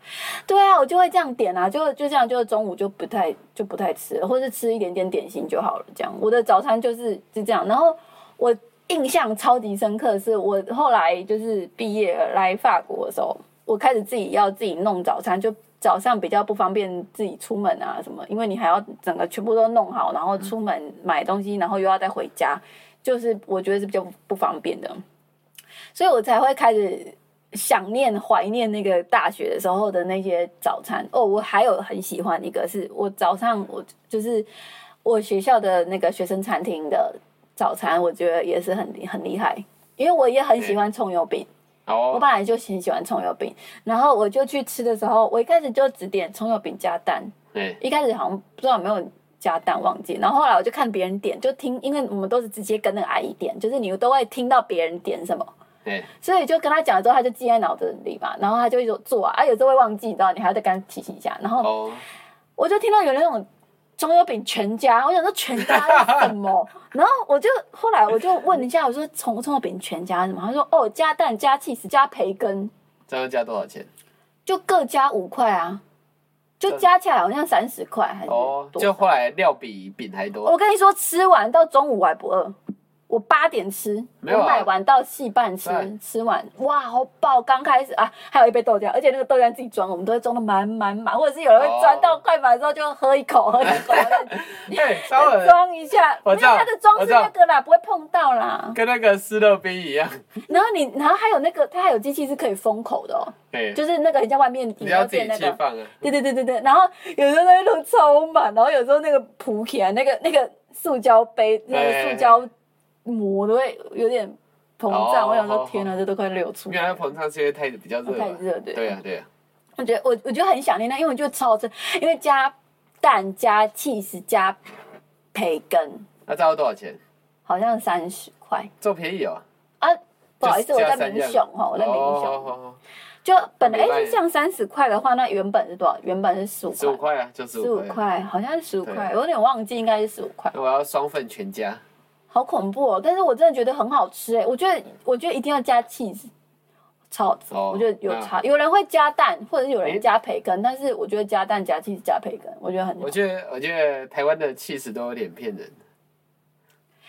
[SPEAKER 2] 对啊，我就会这样点啊，就就这样，就中午就不太就不太吃了，或是吃一点点点心就好了。这样，我的早餐就是就这样。然后我印象超级深刻，是我后来就是毕业了来法国的时候，我开始自己要自己弄早餐，就早上比较不方便自己出门啊什么，因为你还要整个全部都弄好，然后出门买东西，然后又要再回家，就是我觉得是比较不方便的，所以我才会开始想念、怀念那个大学的时候的那些早餐。哦，我还有很喜欢一个是我早上我就是我学校的那个学生餐厅的早餐，我觉得也是很厉很厉害，因为我也很喜欢葱油饼。我
[SPEAKER 1] 哦，
[SPEAKER 2] 本来就很喜欢葱油饼，然后我就去吃的时候，我一开始就只点葱油饼加蛋，
[SPEAKER 1] 哎，
[SPEAKER 2] 一开始好像不知道有没有加蛋，忘记。然后后来我就看别人点，就听，因为我们都是直接跟那个阿姨点，就是你都会听到别人点什么，
[SPEAKER 1] 哎，
[SPEAKER 2] 所以就跟他讲了之后，他就记在脑子里嘛。然后他就一直做啊，啊有时候会忘记，你知道，你还要再跟他提醒一下。然后
[SPEAKER 1] 哦，
[SPEAKER 2] 我就听到有那种葱油饼全家，我想说全家是什 么？然后我就后来我就问一下，我说葱葱油饼全家是什么？他说哦，加蛋加 cheese 加培根，
[SPEAKER 1] 这样加多少钱？
[SPEAKER 2] 就各加五块啊，就加起来好像三十块还是
[SPEAKER 1] 嗯哦，
[SPEAKER 2] 嗯多哦
[SPEAKER 1] 就
[SPEAKER 2] 少
[SPEAKER 1] 后来料比饼还多。
[SPEAKER 2] 我跟你说，吃完到中午我还不饿，我八点吃，
[SPEAKER 1] 没有啊
[SPEAKER 2] 我买完到戏半吃
[SPEAKER 1] 对，
[SPEAKER 2] 吃完哇好饱，刚开始啊，还有一杯豆浆，而且那个豆浆自己装，我们都会装的满满满，或者是有人会装到快满之后就喝一口，喝一口，
[SPEAKER 1] 哎，稍
[SPEAKER 2] 再
[SPEAKER 1] 微
[SPEAKER 2] 装一下，
[SPEAKER 1] 哦我
[SPEAKER 2] 没
[SPEAKER 1] 知
[SPEAKER 2] 有
[SPEAKER 1] 道
[SPEAKER 2] 它的装
[SPEAKER 1] 我
[SPEAKER 2] 是
[SPEAKER 1] 知道
[SPEAKER 2] 那个啦，不会碰到啦。
[SPEAKER 1] 跟那个湿乐冰一样，
[SPEAKER 2] 然后你，然后还有那个，它还有机器是可以封口的哦，
[SPEAKER 1] 哎，
[SPEAKER 2] 就是那个人家外面饮
[SPEAKER 1] 你
[SPEAKER 2] 料
[SPEAKER 1] 要自己
[SPEAKER 2] 店那
[SPEAKER 1] 切
[SPEAKER 2] 个，
[SPEAKER 1] 放啊。
[SPEAKER 2] 对对对对对，然后有时候那弄超满，然后有时候那个铺起来，那个那个塑胶杯、那
[SPEAKER 1] 哎哎
[SPEAKER 2] 个
[SPEAKER 1] 哎
[SPEAKER 2] 塑胶膜都会有点膨胀，
[SPEAKER 1] 哦
[SPEAKER 2] 我想
[SPEAKER 1] 好
[SPEAKER 2] 说
[SPEAKER 1] 好
[SPEAKER 2] 天哪，这都快流出
[SPEAKER 1] 原
[SPEAKER 2] 来
[SPEAKER 1] 来
[SPEAKER 2] 了。
[SPEAKER 1] 膨胀是因为太比较热
[SPEAKER 2] 哦太
[SPEAKER 1] 吧，
[SPEAKER 2] 热对
[SPEAKER 1] 对啊，对啊，
[SPEAKER 2] 我觉得我我觉得很想念那，因为我觉得超好吃，因为加蛋加 cheese 加培根，
[SPEAKER 1] 那这要多少钱？
[SPEAKER 2] 好像三十块
[SPEAKER 1] 这么便宜哦。
[SPEAKER 2] 啊。不好意思，
[SPEAKER 1] 就
[SPEAKER 2] 我
[SPEAKER 1] 是加
[SPEAKER 2] 在
[SPEAKER 1] 三
[SPEAKER 2] 民
[SPEAKER 1] 样
[SPEAKER 2] 雄哈，我在民
[SPEAKER 1] 哦
[SPEAKER 2] 雄。
[SPEAKER 1] 哦，
[SPEAKER 2] 就本来
[SPEAKER 1] 明白
[SPEAKER 2] 哎，像三十块的话，那原本是多少？原本是十五
[SPEAKER 1] 十五
[SPEAKER 2] 块，
[SPEAKER 1] 块啊，就十
[SPEAKER 2] 十五
[SPEAKER 1] 五。
[SPEAKER 2] 块，好像是十五块，
[SPEAKER 1] 对
[SPEAKER 2] 我有点忘记，应该是十五块。
[SPEAKER 1] 那我要双份全家，
[SPEAKER 2] 欸好恐怖哦！但是我真的觉得很好吃哎，我觉得我觉得一定要加 cheese，超好吃。
[SPEAKER 1] 哦
[SPEAKER 2] 我觉得有差，有人会加蛋，或者是有人加培根，但是我觉得加蛋加鸡加培根，我觉得很好。
[SPEAKER 1] 我觉得，我觉得台湾的 cheese 都有点骗人，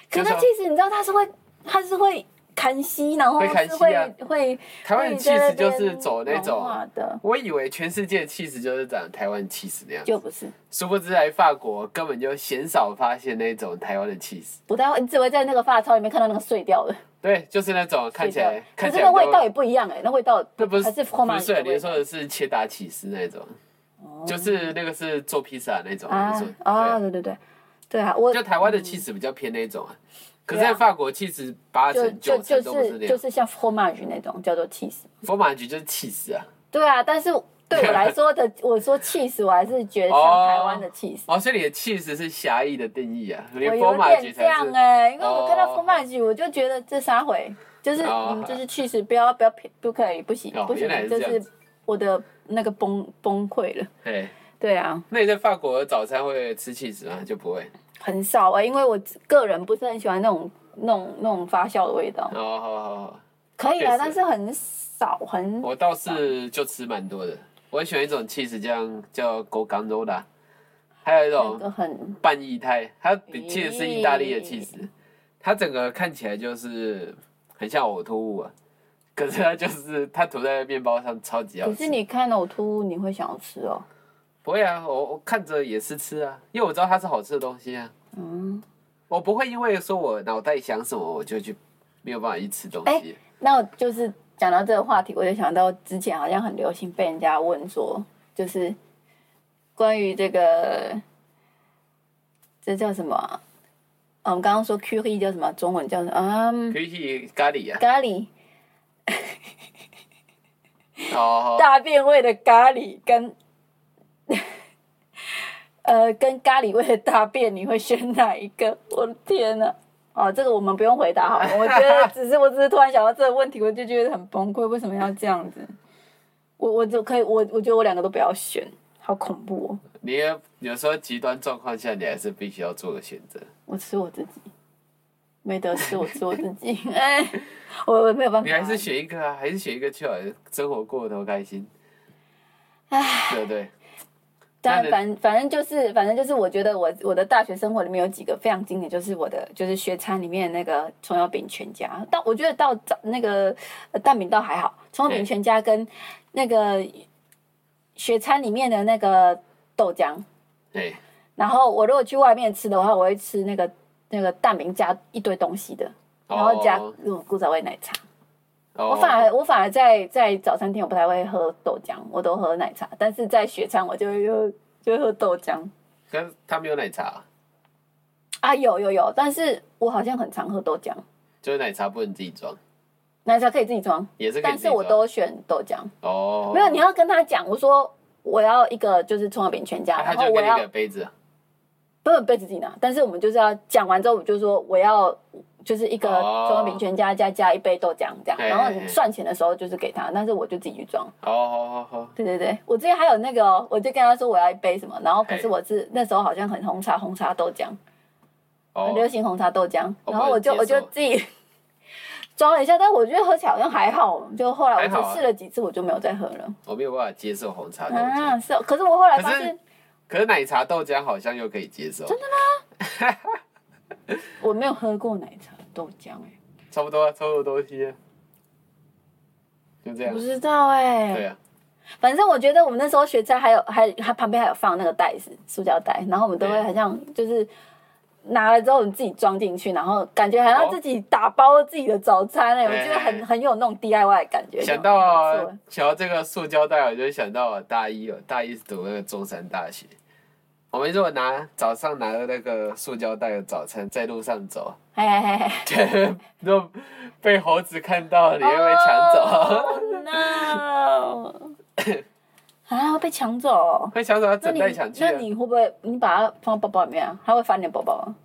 [SPEAKER 2] 可
[SPEAKER 1] 就是像
[SPEAKER 2] 其实你知道它是会，它是会砍息，然后
[SPEAKER 1] 会砍
[SPEAKER 2] 是
[SPEAKER 1] 息
[SPEAKER 2] 会
[SPEAKER 1] 啊
[SPEAKER 2] 会
[SPEAKER 1] 台湾的 cheese 就是走那
[SPEAKER 2] 融
[SPEAKER 1] 种，啊
[SPEAKER 2] 化的，
[SPEAKER 1] 我以为全世界 cheese 就是长台湾 cheese 那样，
[SPEAKER 2] 就不是
[SPEAKER 1] 殊不知来法国根本就鲜少发现那种台湾的 cheese。
[SPEAKER 2] 不太会，你只会在那个发超里面看到那个碎掉的，
[SPEAKER 1] 对，就是那种看起
[SPEAKER 2] 碎掉
[SPEAKER 1] 来
[SPEAKER 2] 的，可
[SPEAKER 1] 看
[SPEAKER 2] 是
[SPEAKER 1] 起
[SPEAKER 2] 那
[SPEAKER 1] 来
[SPEAKER 2] 个味道也
[SPEAKER 1] 都
[SPEAKER 2] 不一样哎、那味道
[SPEAKER 1] 那不是
[SPEAKER 2] 还是后
[SPEAKER 1] 不
[SPEAKER 2] 马
[SPEAKER 1] 是，
[SPEAKER 2] 的
[SPEAKER 1] 你
[SPEAKER 2] 味
[SPEAKER 1] 说
[SPEAKER 2] 道哦
[SPEAKER 1] 的是切达起司那种，就是那个是做披萨那种，
[SPEAKER 2] 啊
[SPEAKER 1] 你说对
[SPEAKER 2] 啊，对对对对啊，我
[SPEAKER 1] 就台湾的 cheese 比较偏那种啊，可是
[SPEAKER 2] 对
[SPEAKER 1] 在
[SPEAKER 2] 啊
[SPEAKER 1] 法国 cheese 八
[SPEAKER 2] 就
[SPEAKER 1] 成
[SPEAKER 2] 就
[SPEAKER 1] 九成都不
[SPEAKER 2] 是
[SPEAKER 1] 是那
[SPEAKER 2] 就
[SPEAKER 1] 样，
[SPEAKER 2] 是像 fromage 那种叫做 cheese。
[SPEAKER 1] 佛马局就是 cheese 啊。
[SPEAKER 2] 对啊，但是对我来 说的，我说 cheese，我还是觉得像台湾的 cheese。
[SPEAKER 1] 哦，所以你的 cheese 是狭义的定义啊，
[SPEAKER 2] 我
[SPEAKER 1] 连佛
[SPEAKER 2] 哦有
[SPEAKER 1] 马局
[SPEAKER 2] 点这
[SPEAKER 1] 才
[SPEAKER 2] 样
[SPEAKER 1] 是。
[SPEAKER 2] 哎、因为我看到
[SPEAKER 1] 哦
[SPEAKER 2] fromage，我就觉得这三回就是
[SPEAKER 1] 哦
[SPEAKER 2] 嗯，就是 cheese，不要不要不可以，不行
[SPEAKER 1] 哦
[SPEAKER 2] 不行
[SPEAKER 1] 原来，是
[SPEAKER 2] 就
[SPEAKER 1] 这样
[SPEAKER 2] 是我的那个崩崩溃了。
[SPEAKER 1] 对，
[SPEAKER 2] 对啊，
[SPEAKER 1] 那你在法国早餐会吃 cheese 吗？就不会。
[SPEAKER 2] 很少啊、因为我个人不是很喜欢那种那种那种发酵的味道。
[SPEAKER 1] 哦，好好好，
[SPEAKER 2] 可以
[SPEAKER 1] 确
[SPEAKER 2] 啊，
[SPEAKER 1] 实
[SPEAKER 2] 但是很少很
[SPEAKER 1] 我倒是就吃蛮多的。我很喜欢一种 cheese 酱叫 g o g a n z o l a 还有一
[SPEAKER 2] 那
[SPEAKER 1] 种
[SPEAKER 2] 个很
[SPEAKER 1] 半液态，它比其实是意大利的
[SPEAKER 2] 咦
[SPEAKER 1] cheese，它整个看起来就是很像呕吐物啊，可是它就是它涂在面包上超级好
[SPEAKER 2] 可是
[SPEAKER 1] 吃。
[SPEAKER 2] 你看呕吐物，你会想要吃哦。
[SPEAKER 1] 不会啊，我我看着也是吃啊，因为我知道它是好吃的东西啊。
[SPEAKER 2] 嗯，
[SPEAKER 1] 我不会因为说我脑袋想什么，我就去没有办法去吃东西。
[SPEAKER 2] 那我就是讲到这个话题，我就想到之前好像很流行被人家问说，就是关于这个这叫什么啊、嗯，我们刚刚说 curry 叫什么？中文叫什么？嗯，
[SPEAKER 1] 可以咖喱啊，
[SPEAKER 2] 咖喱
[SPEAKER 1] 哦，
[SPEAKER 2] 大便味的咖喱跟 呃跟咖喱味的大便，你会选哪一个？我的天呐！哦，这个我们不用回答 好了。我觉得只是我只是突然想到这个问题，我就觉得很崩溃。为什么要这样子？我我就可以，我我觉得我两个都不要选，好恐怖哦！
[SPEAKER 1] 你有时候极端状况下，你还是必须要做个选择。
[SPEAKER 2] 我吃我自己，没得吃我吃我自己。 哎，我我没有办法。
[SPEAKER 1] 你还是选一个啊，还是选一个去好了，生活过得头开心。对不对？
[SPEAKER 2] 但
[SPEAKER 1] 那你
[SPEAKER 2] 反反正就是反正就是，我觉得我我的大学生活里面有几个非常经典，就是我的就是学餐里面那个葱油饼全家，但我觉得到早那个呃蛋饼倒还好，葱油饼
[SPEAKER 1] 对
[SPEAKER 2] 全家跟那个学餐里面的那个豆浆，
[SPEAKER 1] 哎，
[SPEAKER 2] 然后我如果去外面吃的话，我会吃那个那个蛋饼加一堆东西的，然后加
[SPEAKER 1] 哦
[SPEAKER 2] 古古早味奶茶。我
[SPEAKER 1] 我
[SPEAKER 2] 反而我反而在在早餐店我不太会喝豆浆，我都喝奶茶，但是在学餐我就会喝就会喝豆浆。
[SPEAKER 1] 可是他没有奶茶，
[SPEAKER 2] 啊，有有有，但是我好像很常喝豆浆，
[SPEAKER 1] 就是奶茶不能自己装，
[SPEAKER 2] 奶茶可以自己装，
[SPEAKER 1] 也是可以
[SPEAKER 2] 但
[SPEAKER 1] 自己
[SPEAKER 2] 是
[SPEAKER 1] 装。
[SPEAKER 2] 我都选豆浆。
[SPEAKER 1] 哦，
[SPEAKER 2] 没有，你要跟他讲，我说我要一个就是葱油饼全家，
[SPEAKER 1] 啊他
[SPEAKER 2] 然后
[SPEAKER 1] 就
[SPEAKER 2] 我
[SPEAKER 1] 给你
[SPEAKER 2] 要
[SPEAKER 1] 一个杯子啊，
[SPEAKER 2] 不是被自己拿，但是我们就是要讲完之后，我就说我要就是一个
[SPEAKER 1] 哦
[SPEAKER 2] 葱油饼全家加加一杯豆浆这样，
[SPEAKER 1] 嘿
[SPEAKER 2] 然后
[SPEAKER 1] 嘿
[SPEAKER 2] 你
[SPEAKER 1] 嘿
[SPEAKER 2] 算钱的时候就是给他，但是我就自己去装。
[SPEAKER 1] 哦，好好好，
[SPEAKER 2] 对对对，我之前还有那个、哦，我就跟他说我要一杯什么，然后可是
[SPEAKER 1] 嘿
[SPEAKER 2] 我是那时候好像很红茶红茶豆浆。很流
[SPEAKER 1] 哦，
[SPEAKER 2] 行红茶豆浆，
[SPEAKER 1] 我
[SPEAKER 2] 然后我就
[SPEAKER 1] 不
[SPEAKER 2] 我
[SPEAKER 1] 能接
[SPEAKER 2] 就
[SPEAKER 1] 受
[SPEAKER 2] 自己装了一下，但我觉得喝起来好像还好，就后来我
[SPEAKER 1] 还好
[SPEAKER 2] 就
[SPEAKER 1] 啊
[SPEAKER 2] 试了几次，我就没有再喝了。
[SPEAKER 1] 我没有办法接受红茶豆浆，
[SPEAKER 2] 啊，是哦，可是我后来
[SPEAKER 1] 可
[SPEAKER 2] 发
[SPEAKER 1] 是
[SPEAKER 2] 现
[SPEAKER 1] 可是奶茶豆浆好像又可以接受，
[SPEAKER 2] 我没有喝过奶茶豆浆，哎，
[SPEAKER 1] 差不多啊，差不多东西啊，就这样
[SPEAKER 2] 不，知道哎、
[SPEAKER 1] 对啊，
[SPEAKER 2] 反正我觉得我们那时候学菜还有还还旁边还有放那个袋子，塑胶袋，然后我们都会
[SPEAKER 1] 对
[SPEAKER 2] 很像就是。拿了之后，你自己装进去，然后感觉好像
[SPEAKER 1] 哦
[SPEAKER 2] 自己打包自己的早餐哎、我觉得
[SPEAKER 1] 哎哎
[SPEAKER 2] 很
[SPEAKER 1] 哎
[SPEAKER 2] 很有那种 DIY 的感觉。
[SPEAKER 1] 想
[SPEAKER 2] 就
[SPEAKER 1] 到
[SPEAKER 2] 很不错
[SPEAKER 1] 啊想到这个塑胶袋，我就想到我大一哦，大一读那个中山大学。我们如果拿早上拿着那个塑胶袋的早餐在路上走，
[SPEAKER 2] 嘿嘿嘿嘿，
[SPEAKER 1] 如果被猴子看到，你会被抢 走，
[SPEAKER 2] Oh, no！啊，会被抢走哦、
[SPEAKER 1] 会抢走，他
[SPEAKER 2] 那
[SPEAKER 1] 整
[SPEAKER 2] 你
[SPEAKER 1] 袋抢去
[SPEAKER 2] 那
[SPEAKER 1] 啊，
[SPEAKER 2] 你会不会你把它放到包包里面啊？它会翻你的包包啊？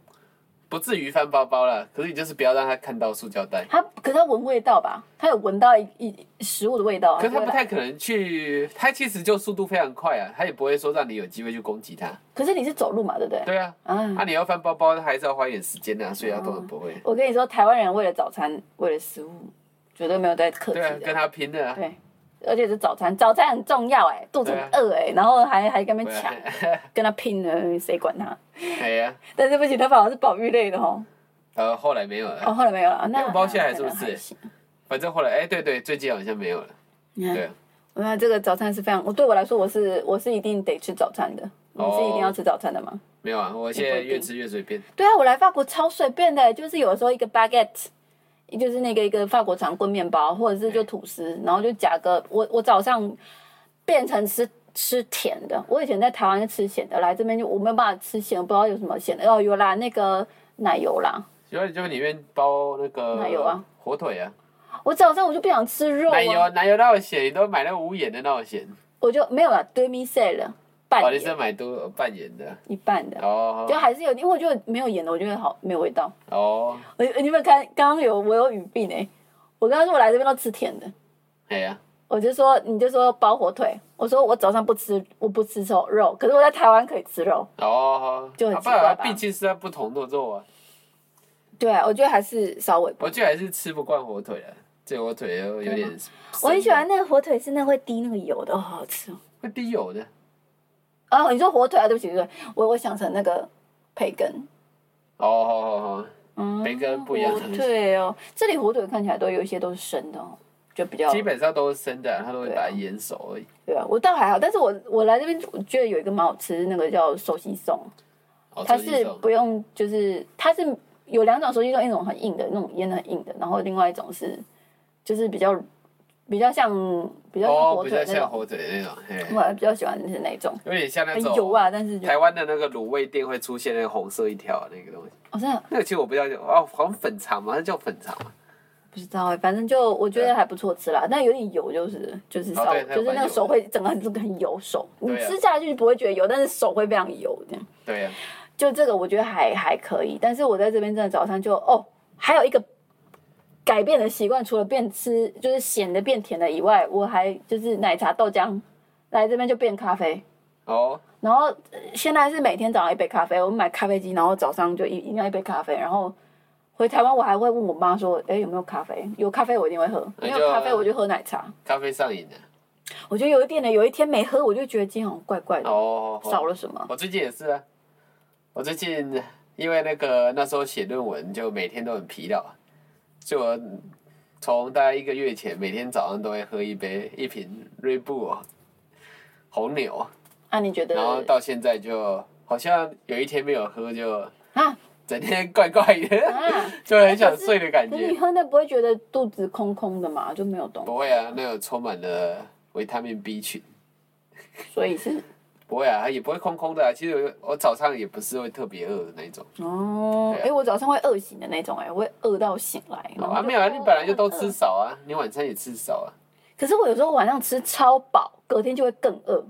[SPEAKER 1] 不至于翻包包了。可是你就是不要让他看到塑胶袋，
[SPEAKER 2] 它可是它闻味道吧？它有闻到一一食物的味道啊。
[SPEAKER 1] 可是他不
[SPEAKER 2] 就会
[SPEAKER 1] 太可能去，他其实就速度非常快啊，他也不会说让你有机会去攻击他。
[SPEAKER 2] 可是你是走路嘛，对不对？
[SPEAKER 1] 对啊，
[SPEAKER 2] 啊
[SPEAKER 1] 那、，你要翻包
[SPEAKER 2] 哦
[SPEAKER 1] 包还是要花一点时间的啊，所以他根本不会。
[SPEAKER 2] 我跟你说，台湾人为了早餐，为了食物，绝对没有在客气
[SPEAKER 1] 对啊，
[SPEAKER 2] 的。
[SPEAKER 1] 跟他拼了啊！
[SPEAKER 2] 对，而且是早餐，早餐很重要哎、肚子很饿哎、然后还还跟他们
[SPEAKER 1] 啊
[SPEAKER 2] 抢，跟他拼了，谁管他？
[SPEAKER 1] 哎呀，
[SPEAKER 2] 但是不行，他反而是保育类的哦。
[SPEAKER 1] 呃，后来没有了，
[SPEAKER 2] 哦，后来没有了，那
[SPEAKER 1] 那个包蟹还是不是
[SPEAKER 2] 那还行
[SPEAKER 1] 反正后来，哎，对对，最近好像没有了。对啊，
[SPEAKER 2] 那这个早餐是非常，我对我来说，我是我是一定得吃早餐的。你是一定要吃早餐的吗？
[SPEAKER 1] 没有啊，我现在越吃越随便。
[SPEAKER 2] 对啊，我来法国超随便的，就是有的时候一个 baguette，就是那个一个法国长棍面包，或者是就吐司，然后就夹个我我早上变成吃吃甜的，我以前在台湾是吃咸的，来这边就我没有办法吃咸，我不知道有什么咸的哦，有啦，那个奶油啦，
[SPEAKER 1] 然后就里面包那个
[SPEAKER 2] 奶油啊，
[SPEAKER 1] 火腿啊，
[SPEAKER 2] 我早上我就不想吃肉、
[SPEAKER 1] 奶油
[SPEAKER 2] 啊，
[SPEAKER 1] 奶油那么咸，你都买那个无盐的那么咸，
[SPEAKER 2] 我就没有了 demi s e 了，半
[SPEAKER 1] 哦，你
[SPEAKER 2] 盐
[SPEAKER 1] 是买多半盐的
[SPEAKER 2] 一半的，
[SPEAKER 1] 哦
[SPEAKER 2] 就还是有，因为我觉得没有盐的，我觉得好没有味道。
[SPEAKER 1] 哦，
[SPEAKER 2] 我你有没有看？刚刚有我有语病哎、我刚刚说我来这边都吃甜的，
[SPEAKER 1] 哎呀，
[SPEAKER 2] 我就说你就说包火腿，我说我早上不吃，我不吃肉肉，可是我在台湾可以吃肉。
[SPEAKER 1] 哦，
[SPEAKER 2] 就很
[SPEAKER 1] 啊
[SPEAKER 2] 奇
[SPEAKER 1] 不
[SPEAKER 2] 怪
[SPEAKER 1] 然
[SPEAKER 2] 吧
[SPEAKER 1] 毕竟是在不同的肉啊，
[SPEAKER 2] 对啊，我觉得还是稍微。
[SPEAKER 1] 我觉得还是吃不惯火腿啊，这火腿又有点，
[SPEAKER 2] 我很喜欢那个火腿，是那会滴那个油的，哦好好吃哦。
[SPEAKER 1] 会滴油的，
[SPEAKER 2] 哦，你说火腿啊？对不起，对不起，我我想成那个培根。
[SPEAKER 1] 哦哦哦
[SPEAKER 2] 嗯，
[SPEAKER 1] 培根不一样
[SPEAKER 2] 火腿哦，这里火腿看起来都有一些都是生的哦，就比较
[SPEAKER 1] 哦，基本上都是生的啊，它都会把它腌熟而已。
[SPEAKER 2] 对啊。我倒还好，但是我我来这边我觉得有一个蛮好吃，那个叫熟悉松。
[SPEAKER 1] 哦
[SPEAKER 2] 它
[SPEAKER 1] 手
[SPEAKER 2] 是
[SPEAKER 1] 机手
[SPEAKER 2] 不用，就是它是有两种熟悉肉，一种很硬的那种腌的很硬的，然后另外一种是就是比较比较像比较像
[SPEAKER 1] 哦，
[SPEAKER 2] 火
[SPEAKER 1] 比
[SPEAKER 2] 腿
[SPEAKER 1] 较
[SPEAKER 2] 那
[SPEAKER 1] 像
[SPEAKER 2] 种，
[SPEAKER 1] 火腿那种，嘿，
[SPEAKER 2] 我还比较喜欢是那种
[SPEAKER 1] 有点像那
[SPEAKER 2] 很
[SPEAKER 1] 种
[SPEAKER 2] 油啊，但是就
[SPEAKER 1] 台湾的那个卤味店会出现那个红色一条啊那个东西，
[SPEAKER 2] 我哦真的
[SPEAKER 1] 那个其实我不了解，哦，好像粉肠嘛，那叫粉肠嘛，
[SPEAKER 2] 不知道哎、反正就我觉
[SPEAKER 1] 对啊
[SPEAKER 2] 得还不错吃啦，但有点油就是就是
[SPEAKER 1] 哦
[SPEAKER 2] 稍微、
[SPEAKER 1] 对它
[SPEAKER 2] 就是
[SPEAKER 1] 蛮
[SPEAKER 2] 那
[SPEAKER 1] 油的
[SPEAKER 2] 个手会整个很很油手，你
[SPEAKER 1] 对啊
[SPEAKER 2] 吃下去不会觉得油，但是手会非常油这样。
[SPEAKER 1] 对呀、
[SPEAKER 2] 就这个我觉得还还可以，但是我在这边真的早上就哦，还有一个改变的习惯，除了变吃就是咸的变甜的以外，我还就是奶茶豆浆来这边就变咖啡，
[SPEAKER 1] 哦，
[SPEAKER 2] 然后呃现在是每天早上一杯咖啡，我们买咖啡机，然后早上就一一定要一杯咖啡，然后。回台湾，我还会问我妈说：“哎、有没有咖啡？有咖啡我一定会喝，
[SPEAKER 1] 那
[SPEAKER 2] 没
[SPEAKER 1] 就
[SPEAKER 2] 有咖啡我就喝奶茶。
[SPEAKER 1] 咖啡上瘾的，”
[SPEAKER 2] 我觉得有一点呢，有一天没喝，我就觉得今天好像怪怪的，
[SPEAKER 1] 哦，
[SPEAKER 2] 少了什么。
[SPEAKER 1] 我最近也是啊，我最近因为那个那时候写论文，就每天都很疲劳，啊所以我从大概一个月前，每天早上都会喝一杯一瓶瑞布哦红牛，
[SPEAKER 2] 那、啊你觉得
[SPEAKER 1] 然后到现在就好像有一天没有喝，就
[SPEAKER 2] 啊
[SPEAKER 1] 整天怪怪的，
[SPEAKER 2] 啊？
[SPEAKER 1] 就很想睡的感
[SPEAKER 2] 可是你
[SPEAKER 1] 觉。
[SPEAKER 2] 喝那不会觉得肚子空空的嘛？就没有东西，
[SPEAKER 1] 不会啊，那有充满了维他命 B 群。
[SPEAKER 2] 所以是
[SPEAKER 1] 不会啊，也不会空空的啊。其实我我早上也不是会特别饿的那一种。
[SPEAKER 2] 哦，
[SPEAKER 1] 对
[SPEAKER 2] 哎、
[SPEAKER 1] 啊
[SPEAKER 2] 我早上会饿醒的那种、哎，我会饿到醒来。然
[SPEAKER 1] 好
[SPEAKER 2] 后
[SPEAKER 1] 啊，
[SPEAKER 2] 就
[SPEAKER 1] 没有啊，你本来就都。
[SPEAKER 2] 哦
[SPEAKER 1] 吃
[SPEAKER 2] 饿
[SPEAKER 1] 少啊，你晚餐也吃少啊。
[SPEAKER 2] 可是我有时候晚上吃超饱，隔天就会更饿。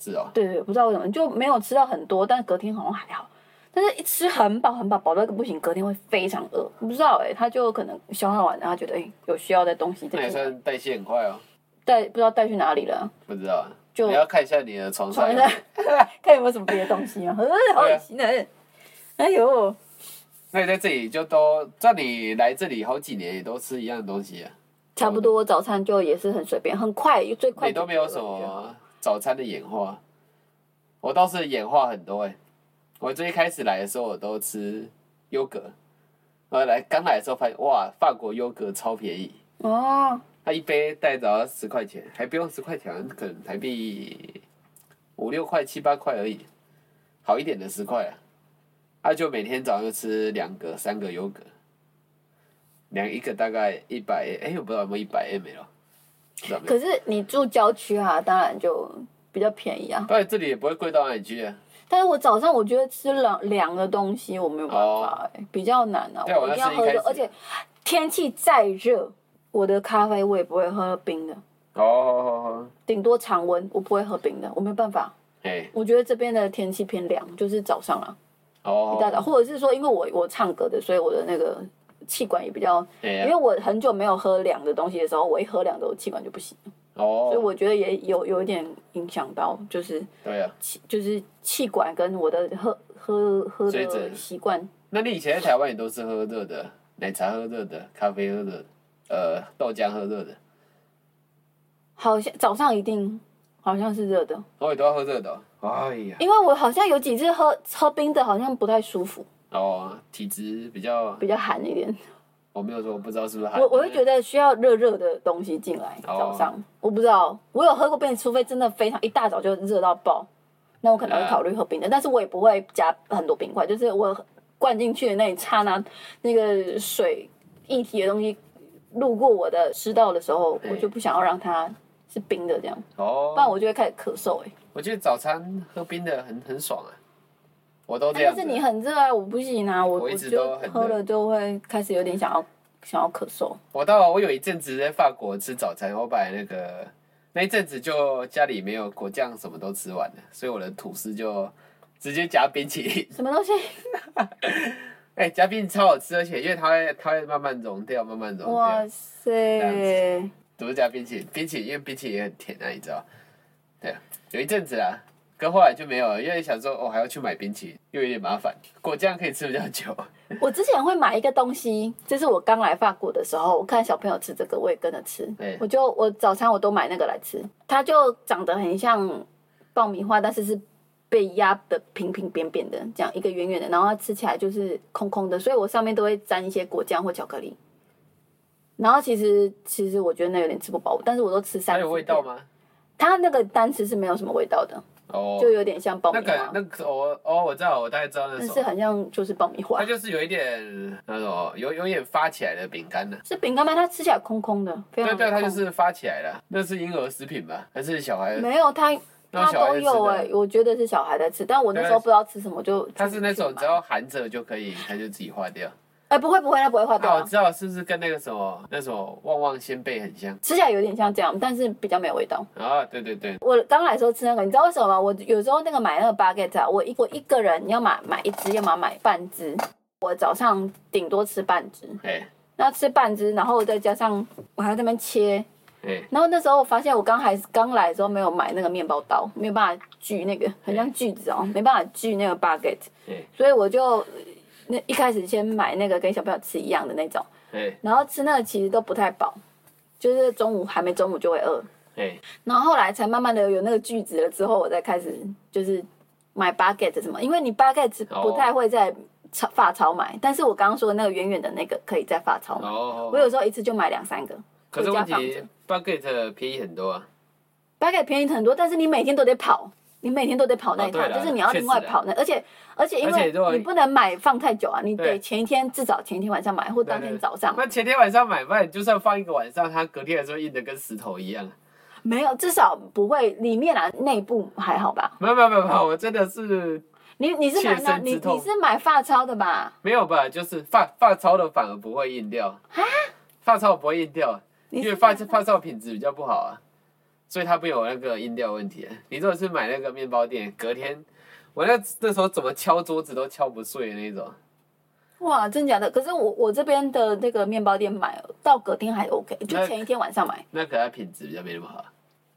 [SPEAKER 1] 是哦，
[SPEAKER 2] 对对，不知道为什么就没有吃到很多，但隔天好像还好。但是一吃很饱很饱，饱到一个不行，隔天会非常饿。我不知道哎、他就可能消化完，然后觉得哎、有需要的东西，
[SPEAKER 1] 那也
[SPEAKER 2] 带
[SPEAKER 1] 算代谢很快哦。
[SPEAKER 2] 带不知道带去哪里了，
[SPEAKER 1] 不知道啊，
[SPEAKER 2] 就
[SPEAKER 1] 你要看一下你的床上
[SPEAKER 2] 床
[SPEAKER 1] 有
[SPEAKER 2] 上 看有没有什么别的 东西啊？呃好恶心哎、哎呦，
[SPEAKER 1] 那你在这里就都，在你来这里好几年也都吃一样的东西啊，
[SPEAKER 2] 差不多早餐就也是很随便，很快，最快
[SPEAKER 1] 你都没有什么早餐的演化。我倒是演化很多哎、我最一开始来的时候我都吃优格，然后来刚来的时候发现哇，法国优格超便宜。
[SPEAKER 2] 哦，
[SPEAKER 1] 他一杯带只要十块钱，还不用十块钱，可能台币五六块、七八块而已，好一点的十块啊。他就每天早上就吃两个、三个优格，两一个大概一百，哎，我不知道有没有一百 ml，不知道有没有。
[SPEAKER 2] 可是你住郊区啊，当然就比较便宜啊。
[SPEAKER 1] 当然这里也不会贵到哪里去啊。
[SPEAKER 2] 但是我早上我觉得吃凉凉的东西我没有办法、欸，比较难啊。
[SPEAKER 1] 对啊
[SPEAKER 2] 我一定要
[SPEAKER 1] 我
[SPEAKER 2] 喝
[SPEAKER 1] 那是一开，
[SPEAKER 2] 热
[SPEAKER 1] 始
[SPEAKER 2] 而且天气再热，我的咖啡我也不会喝冰的，
[SPEAKER 1] 哦，
[SPEAKER 2] 顶多常温，我不会喝冰的，我没办法。
[SPEAKER 1] 哎，
[SPEAKER 2] 我觉得这边的天气偏凉，就是早上啊，一大
[SPEAKER 1] 哦，
[SPEAKER 2] 早，或者是说因为我我唱歌的，所以我的那个气管也比较，
[SPEAKER 1] 哎
[SPEAKER 2] 因为
[SPEAKER 1] 呀，
[SPEAKER 2] 我很久没有喝凉的东西的时候，我一喝凉的，我气管就不行。所以
[SPEAKER 1] 哦，
[SPEAKER 2] 我觉得也有有一点影响到，就是
[SPEAKER 1] 对啊。
[SPEAKER 2] 气就是气管跟我的喝喝喝
[SPEAKER 1] 水准
[SPEAKER 2] 的习惯。
[SPEAKER 1] 那你以前在台湾也都是喝热的，奶茶喝热的，咖啡喝热的，呃豆浆喝热的，
[SPEAKER 2] 好像早上一定好像是热的，
[SPEAKER 1] 我也都要喝热的哦、哎呀，
[SPEAKER 2] 因为我好像有几次喝喝冰的，好像不太舒服，
[SPEAKER 1] 哦，体质比较，
[SPEAKER 2] 比较寒一点。
[SPEAKER 1] 我没有说，我不知道是不是寒。
[SPEAKER 2] 我我会
[SPEAKER 1] 得
[SPEAKER 2] 觉得需要热热的东西进来。
[SPEAKER 1] 啊哦
[SPEAKER 2] 早上我不知道，我有喝过冰，除非真的非常一大早就热到爆，那我可能会
[SPEAKER 1] 啊
[SPEAKER 2] 考虑喝冰的，但是我也不会加很多冰块，就是我灌进去的那一刹那，那个水液体的东西路过我的食道的时候，
[SPEAKER 1] 对
[SPEAKER 2] 我就不想要让它是冰的这样，
[SPEAKER 1] 哦
[SPEAKER 2] 不，然我就会开始咳嗽、欸。
[SPEAKER 1] 我觉得早餐喝冰的很很爽啊，我都哦这
[SPEAKER 2] 但
[SPEAKER 1] 样
[SPEAKER 2] 是
[SPEAKER 1] 子。
[SPEAKER 2] 你很热啊，我不行啊，我
[SPEAKER 1] 我一直
[SPEAKER 2] 就
[SPEAKER 1] 都很热
[SPEAKER 2] 喝了就会开始有点想要想要咳嗽。
[SPEAKER 1] 我到我有一阵子在法国吃早餐，我把那个那一阵子就家里没有果酱，什么都吃完了，所以我的吐司就直接夹冰淇淋。
[SPEAKER 2] 什么东西？
[SPEAKER 1] 哎、夹冰淇淋超好吃，而且因为它会它会慢慢融掉，慢慢融掉
[SPEAKER 2] 哇。塞！
[SPEAKER 1] 怎么夹冰淇淋？冰淇淋因为冰淇淋也很甜啊，你知道？对啊，有一阵子啊，可后来就没有了，因为想说哦还要去买冰淇淋，又有点麻烦。果酱可以吃比较 久。
[SPEAKER 2] 我之前会买一个东西，就是我刚来法国的时候，我看小朋友吃这个，我也跟着吃
[SPEAKER 1] 对。
[SPEAKER 2] 我就我早餐我都买那个来吃，它就长得很像爆米花，但是是被压的平平扁扁的，这样一个圆圆的，然后它吃起来就是空空的，所以我上面都会沾一些果酱或巧克力。然后其实其实我觉得那有点吃不饱，但是我都吃三。
[SPEAKER 1] 还有味道？吗？
[SPEAKER 2] 它那个单吃是没有什么味道的，
[SPEAKER 1] 哦，
[SPEAKER 2] 就有点像爆米
[SPEAKER 1] 那
[SPEAKER 2] 花，
[SPEAKER 1] 个那个我哦我知道，我大概知道那
[SPEAKER 2] 但
[SPEAKER 1] 首
[SPEAKER 2] 是。很像就是爆米花
[SPEAKER 1] 它。就是有一点那种有有点发起来的饼干呢。
[SPEAKER 2] 是饼干吗？它吃起来空空的，非
[SPEAKER 1] 对
[SPEAKER 2] 常的
[SPEAKER 1] 对，
[SPEAKER 2] 空。
[SPEAKER 1] 它就是发起来了。那是婴儿食品吧？还是小孩？
[SPEAKER 2] 没有，它
[SPEAKER 1] 那种
[SPEAKER 2] 它
[SPEAKER 1] 小孩
[SPEAKER 2] 都
[SPEAKER 1] 子
[SPEAKER 2] 有
[SPEAKER 1] 的
[SPEAKER 2] 哎、我觉得是小孩在吃，但我那时候不知道吃什么就
[SPEAKER 1] 它是那种
[SPEAKER 2] 就
[SPEAKER 1] 只要含着就可以，它就自己化掉。
[SPEAKER 2] 哎、不会不会，它不会化掉
[SPEAKER 1] 啊，我
[SPEAKER 2] 啊、
[SPEAKER 1] 知道，是不是跟那个什么那什么旺旺仙贝很像？
[SPEAKER 2] 吃起来有点像这样，但是比较没有味道。
[SPEAKER 1] 啊，对对对，
[SPEAKER 2] 我刚来的时候吃那个，你知道为什么吗？我有时候那个买那个 baguette，啊我一我一个人要买买一只，要么买半只。我早上顶多吃半只，
[SPEAKER 1] 哎
[SPEAKER 2] 那吃半只，然后再加上我还在那边切，
[SPEAKER 1] 哎，
[SPEAKER 2] 然后那时候我发现我刚还刚来的时候没有买那个面包刀，没有办法锯那个，很像锯子哦，没办法锯那个 baguette，
[SPEAKER 1] 对
[SPEAKER 2] 所以我就呃那一开始先买那个跟小朋友吃一样的那种，
[SPEAKER 1] 哎
[SPEAKER 2] 然后吃那个其实都不太饱，就是中午还没中午就会饿，
[SPEAKER 1] 哎，
[SPEAKER 2] 然后后来才慢慢的有那个锯子了之后，我再开始就是买 baguette 什么，因为你 baguette
[SPEAKER 1] 哦
[SPEAKER 2] 不太会在超法超买，但是我刚刚说的那个圆圆的那个可以在法超买，
[SPEAKER 1] 哦
[SPEAKER 2] 我，有时候一次就买两三个。
[SPEAKER 1] 可是
[SPEAKER 2] 回
[SPEAKER 1] 问
[SPEAKER 2] 家放着
[SPEAKER 1] 题 baguette 便宜很多啊。
[SPEAKER 2] 大概便宜很多，但是你每天都得跑，你每天都得跑那一趟，
[SPEAKER 1] 哦对啦
[SPEAKER 2] 就是你要另外跑那，而且而且因
[SPEAKER 1] 而且
[SPEAKER 2] 为
[SPEAKER 1] 如果
[SPEAKER 2] 你不能买放太久啊，你得
[SPEAKER 1] 对
[SPEAKER 2] 前一天至少前一天晚上买，或当天早上
[SPEAKER 1] 那前天晚上买饭，就算放一个晚上，它隔天还是会硬的跟石头一样。
[SPEAKER 2] 没有，至少不会里面啊内部还好吧？
[SPEAKER 1] 没有没有没有没有，我真的是
[SPEAKER 2] 你你是买
[SPEAKER 1] 切
[SPEAKER 2] 那
[SPEAKER 1] 身之
[SPEAKER 2] 你
[SPEAKER 1] 痛
[SPEAKER 2] 你是买发超的吧？
[SPEAKER 1] 没有吧？就是发发糙的反而不会硬掉发糙不会硬掉，
[SPEAKER 2] 啊你
[SPEAKER 1] 因
[SPEAKER 2] 是
[SPEAKER 1] 为发发糙品质比较不好啊，所以它不会有那个硬掉问题。啊你如果是买那个面包店，隔天我那那时候怎么敲桌子都敲不碎的那种，
[SPEAKER 2] 哇，真假的？可是我我这边的那个面包店买到隔天还 OK，就
[SPEAKER 1] 那
[SPEAKER 2] 前一天晚上买，
[SPEAKER 1] 那可能它品质比较没那么好。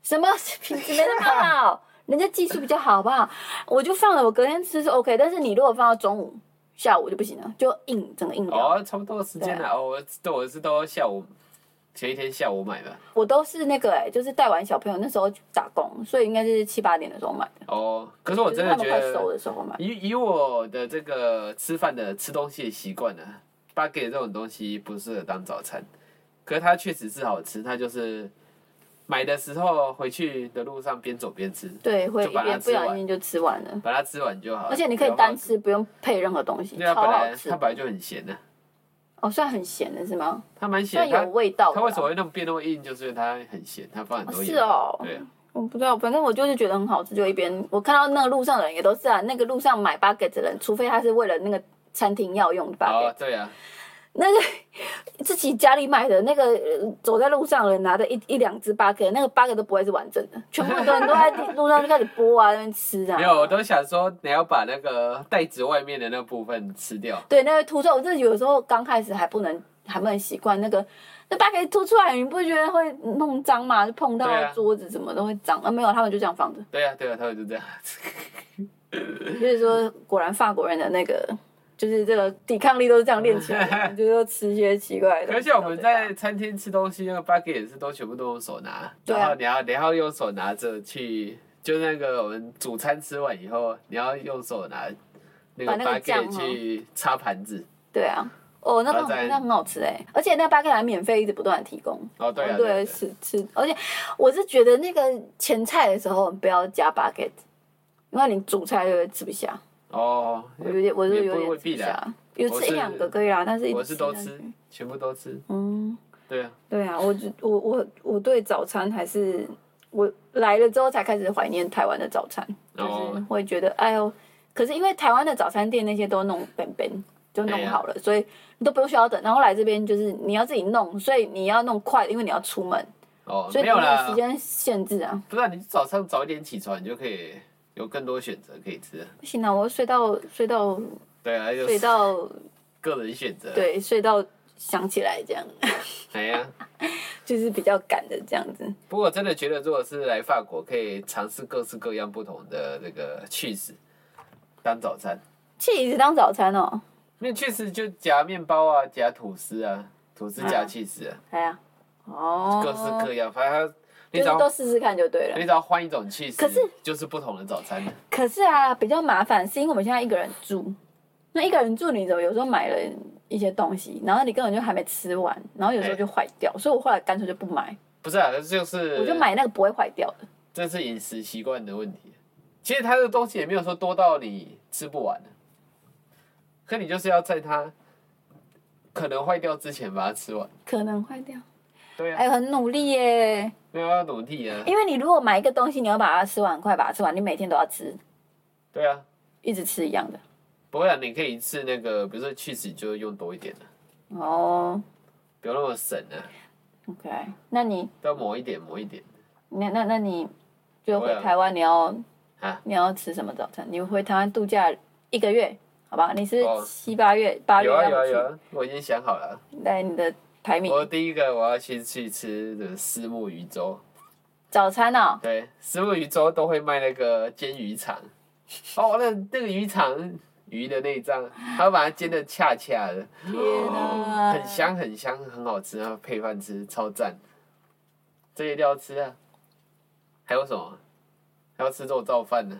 [SPEAKER 2] 什么 品质没那么好，人家技术比较好，好不好？我就放了，我隔天吃是 OK，但是你如果放到中午、下午就不行了，就硬整个硬掉。
[SPEAKER 1] 哦，差不多时间
[SPEAKER 2] 啊
[SPEAKER 1] 了。哦，我对我是都下午前一天下午买的。
[SPEAKER 2] 我都是那个哎、就是带完小朋友那时候去打工，所以应该是七八点的时候买的，
[SPEAKER 1] 哦，可是我
[SPEAKER 2] 就是
[SPEAKER 1] 真
[SPEAKER 2] 他
[SPEAKER 1] 的
[SPEAKER 2] 们
[SPEAKER 1] 觉
[SPEAKER 2] 快熟
[SPEAKER 1] 得，
[SPEAKER 2] 的时候买。
[SPEAKER 1] 啊以以我的这个吃饭的吃东西的习惯呢，巴给这种东西不适合当早餐，可是它确实是好吃，它就是买的时候回去的路上边走边吃，
[SPEAKER 2] 对，会
[SPEAKER 1] 就
[SPEAKER 2] 一
[SPEAKER 1] 把它
[SPEAKER 2] 边不
[SPEAKER 1] 吃完
[SPEAKER 2] 小心就吃完了，
[SPEAKER 1] 把它吃完就好了。
[SPEAKER 2] 而且你可以
[SPEAKER 1] 不要
[SPEAKER 2] 单
[SPEAKER 1] 放，
[SPEAKER 2] 吃，不用配任何东西，
[SPEAKER 1] 对它
[SPEAKER 2] 超
[SPEAKER 1] 本
[SPEAKER 2] 好
[SPEAKER 1] 来
[SPEAKER 2] 吃
[SPEAKER 1] 它。本来就很咸的、
[SPEAKER 2] 哦，算很咸的是吗？
[SPEAKER 1] 它蛮咸
[SPEAKER 2] 算，有
[SPEAKER 1] 它
[SPEAKER 2] 味道的
[SPEAKER 1] 它
[SPEAKER 2] 啦。
[SPEAKER 1] 为什么会那么变那么硬，就是因为它很咸，它放很多
[SPEAKER 2] 哦
[SPEAKER 1] 盐。
[SPEAKER 2] 是哦
[SPEAKER 1] 对啊，
[SPEAKER 2] 我不知道，反正我就是觉得很好吃，就一边我看到那个路上的人也都是啊，那个路上买 bucket 的人，除非他是为了那个餐厅要用的 bucket，、
[SPEAKER 1] 哦，对啊，
[SPEAKER 2] 那个自己家里买的那个，呃走在路上的人拿着一一两只八个，那个八个都不会是完整的，全部很 多人都在地路上就开始剥啊，在那边吃啊。
[SPEAKER 1] 没有，我都想说你要把那个袋子外面的那部分吃掉。
[SPEAKER 2] 对，那个凸出来，我真的有时候刚开始还不能还不能习惯那个，那八个凸出来，你不觉得会弄脏吗？就碰到
[SPEAKER 1] 对啊
[SPEAKER 2] 桌子什么都会脏啊。没有，他们就这样放着。
[SPEAKER 1] 对啊，对啊，他们就这样。
[SPEAKER 2] 就是说，果然法国人的那个。就是这个抵抗力都是这样练起 来的，就是说吃些奇怪的东
[SPEAKER 1] 而
[SPEAKER 2] 西
[SPEAKER 1] 且
[SPEAKER 2] 到
[SPEAKER 1] 我
[SPEAKER 2] 嘴
[SPEAKER 1] 们
[SPEAKER 2] 巴。
[SPEAKER 1] 在餐厅吃东西，那个 bucket 也是都全部都用手拿，
[SPEAKER 2] 对啊
[SPEAKER 1] 然后你要你要用手拿着去，就那个我们主餐吃完以后，你要用手拿那
[SPEAKER 2] 把
[SPEAKER 1] 个
[SPEAKER 2] 那个酱哦
[SPEAKER 1] bucket 去擦盘子。
[SPEAKER 2] 对啊，哦，那
[SPEAKER 1] 然
[SPEAKER 2] 个
[SPEAKER 1] 后再
[SPEAKER 2] 那很好吃哎、而且那个巴克还免费一直不断地提供。
[SPEAKER 1] 哦，对啊，
[SPEAKER 2] 嗯
[SPEAKER 1] 对啊，对啊
[SPEAKER 2] 是吃，而且我是觉得那个前菜的时候不要加 bucket，因为你主菜就会吃不下，
[SPEAKER 1] 哦，
[SPEAKER 2] 我有点，我就
[SPEAKER 1] 也
[SPEAKER 2] 有
[SPEAKER 1] 不
[SPEAKER 2] 点
[SPEAKER 1] 未
[SPEAKER 2] 吃不
[SPEAKER 1] 必啦
[SPEAKER 2] 下，有
[SPEAKER 1] 我
[SPEAKER 2] 吃一
[SPEAKER 1] 是
[SPEAKER 2] 两个可以啦，但是一直
[SPEAKER 1] 我是都
[SPEAKER 2] 下
[SPEAKER 1] 吃
[SPEAKER 2] 去，
[SPEAKER 1] 全部都吃，
[SPEAKER 2] 嗯，
[SPEAKER 1] 对啊，
[SPEAKER 2] 对啊，我只我我我对早餐还是我来了之后才开始怀念台湾的早餐，就是
[SPEAKER 1] 哦
[SPEAKER 2] 会觉得哎呦，可是因为台湾的早餐店那些都弄本本。就
[SPEAKER 1] 哎
[SPEAKER 2] 弄
[SPEAKER 1] 呀
[SPEAKER 2] 好了，所以你都不用需要等。然后来这边就是你要自己弄，所以你要弄快，因为你要出门，
[SPEAKER 1] 哦，
[SPEAKER 2] 所以
[SPEAKER 1] 没
[SPEAKER 2] 你
[SPEAKER 1] 有
[SPEAKER 2] 有
[SPEAKER 1] 啦
[SPEAKER 2] 时，间限制啊。
[SPEAKER 1] 不然你早上早一点起床，你就可以有更多选择可以吃。
[SPEAKER 2] 不行啊，我睡到睡到
[SPEAKER 1] 对啊，就
[SPEAKER 2] 睡
[SPEAKER 1] 是
[SPEAKER 2] 到
[SPEAKER 1] 个人选择。，
[SPEAKER 2] 对睡到想起来这样，
[SPEAKER 1] 哎呀，
[SPEAKER 2] 就是比较赶的这样子。
[SPEAKER 1] 不过我真的觉得，如果是来法国，可以尝试各式各样不同的这个 cheese 当早餐，
[SPEAKER 2] cheese 当早餐哦，
[SPEAKER 1] 因为 cheese 就夹面包啊，夹吐司啊，吐司夹 cheese 啊，
[SPEAKER 2] 哎呀，哦，
[SPEAKER 1] 各式各样，反正它你
[SPEAKER 2] 就
[SPEAKER 1] 只
[SPEAKER 2] 是都
[SPEAKER 1] 要
[SPEAKER 2] 试试看就对
[SPEAKER 1] 你
[SPEAKER 2] 了。
[SPEAKER 1] 只要换一种 cheese，
[SPEAKER 2] 可是
[SPEAKER 1] 就是不同的早餐。
[SPEAKER 2] 可是啊，比较麻烦是因为我们现在一个人住，那一个人住你怎么有时候买了一些东西，然后你根本就还没吃完，然后有时候
[SPEAKER 1] 哎
[SPEAKER 2] 就坏掉，所以我后来干脆就不买，
[SPEAKER 1] 不是啊，这就是
[SPEAKER 2] 我就买那个不会坏掉的。
[SPEAKER 1] 这是饮食习惯的问题。其实它的东西也没有说多到你吃不完的，可你就是要在它可能坏掉之前把它吃完。
[SPEAKER 2] 可能坏掉，
[SPEAKER 1] 对啊
[SPEAKER 2] 哎，，很努力耶！
[SPEAKER 1] 没有要努力啊。
[SPEAKER 2] 因为你如果买一个东西，你要把它吃完，快把它吃完，你每天都要吃，
[SPEAKER 1] 对啊，
[SPEAKER 2] 一直吃一样的。
[SPEAKER 1] 不会啊，你可以一次那个，比如说 cheese 你就用多一点的，
[SPEAKER 2] 哦
[SPEAKER 1] 不用那么省啊，
[SPEAKER 2] ，OK，那你
[SPEAKER 1] 要抹一点抹一点。
[SPEAKER 2] 那那那你就
[SPEAKER 1] 我
[SPEAKER 2] 回
[SPEAKER 1] 也
[SPEAKER 2] 台湾，你要
[SPEAKER 1] 啊
[SPEAKER 2] 你要吃什么早餐？你回台湾度假一个月，好吧？你是
[SPEAKER 1] 哦
[SPEAKER 2] 七八月八月
[SPEAKER 1] 有啊
[SPEAKER 2] 要
[SPEAKER 1] 有啊
[SPEAKER 2] 不去
[SPEAKER 1] 有？啊，我已经想好了。
[SPEAKER 2] 来你的排名
[SPEAKER 1] 我第一个我要先去吃的丝木鱼粥，
[SPEAKER 2] 早餐哦，
[SPEAKER 1] 对，丝木鱼粥都会卖那个煎鱼 肠。哦，那那个鱼肠鱼的内脏，他把它煎的恰恰的，
[SPEAKER 2] 天哪，
[SPEAKER 1] 很。香很香，很好吃，然后配饭吃，超赞。这一定要吃啊！还有什么？还要吃肉燥饭呢、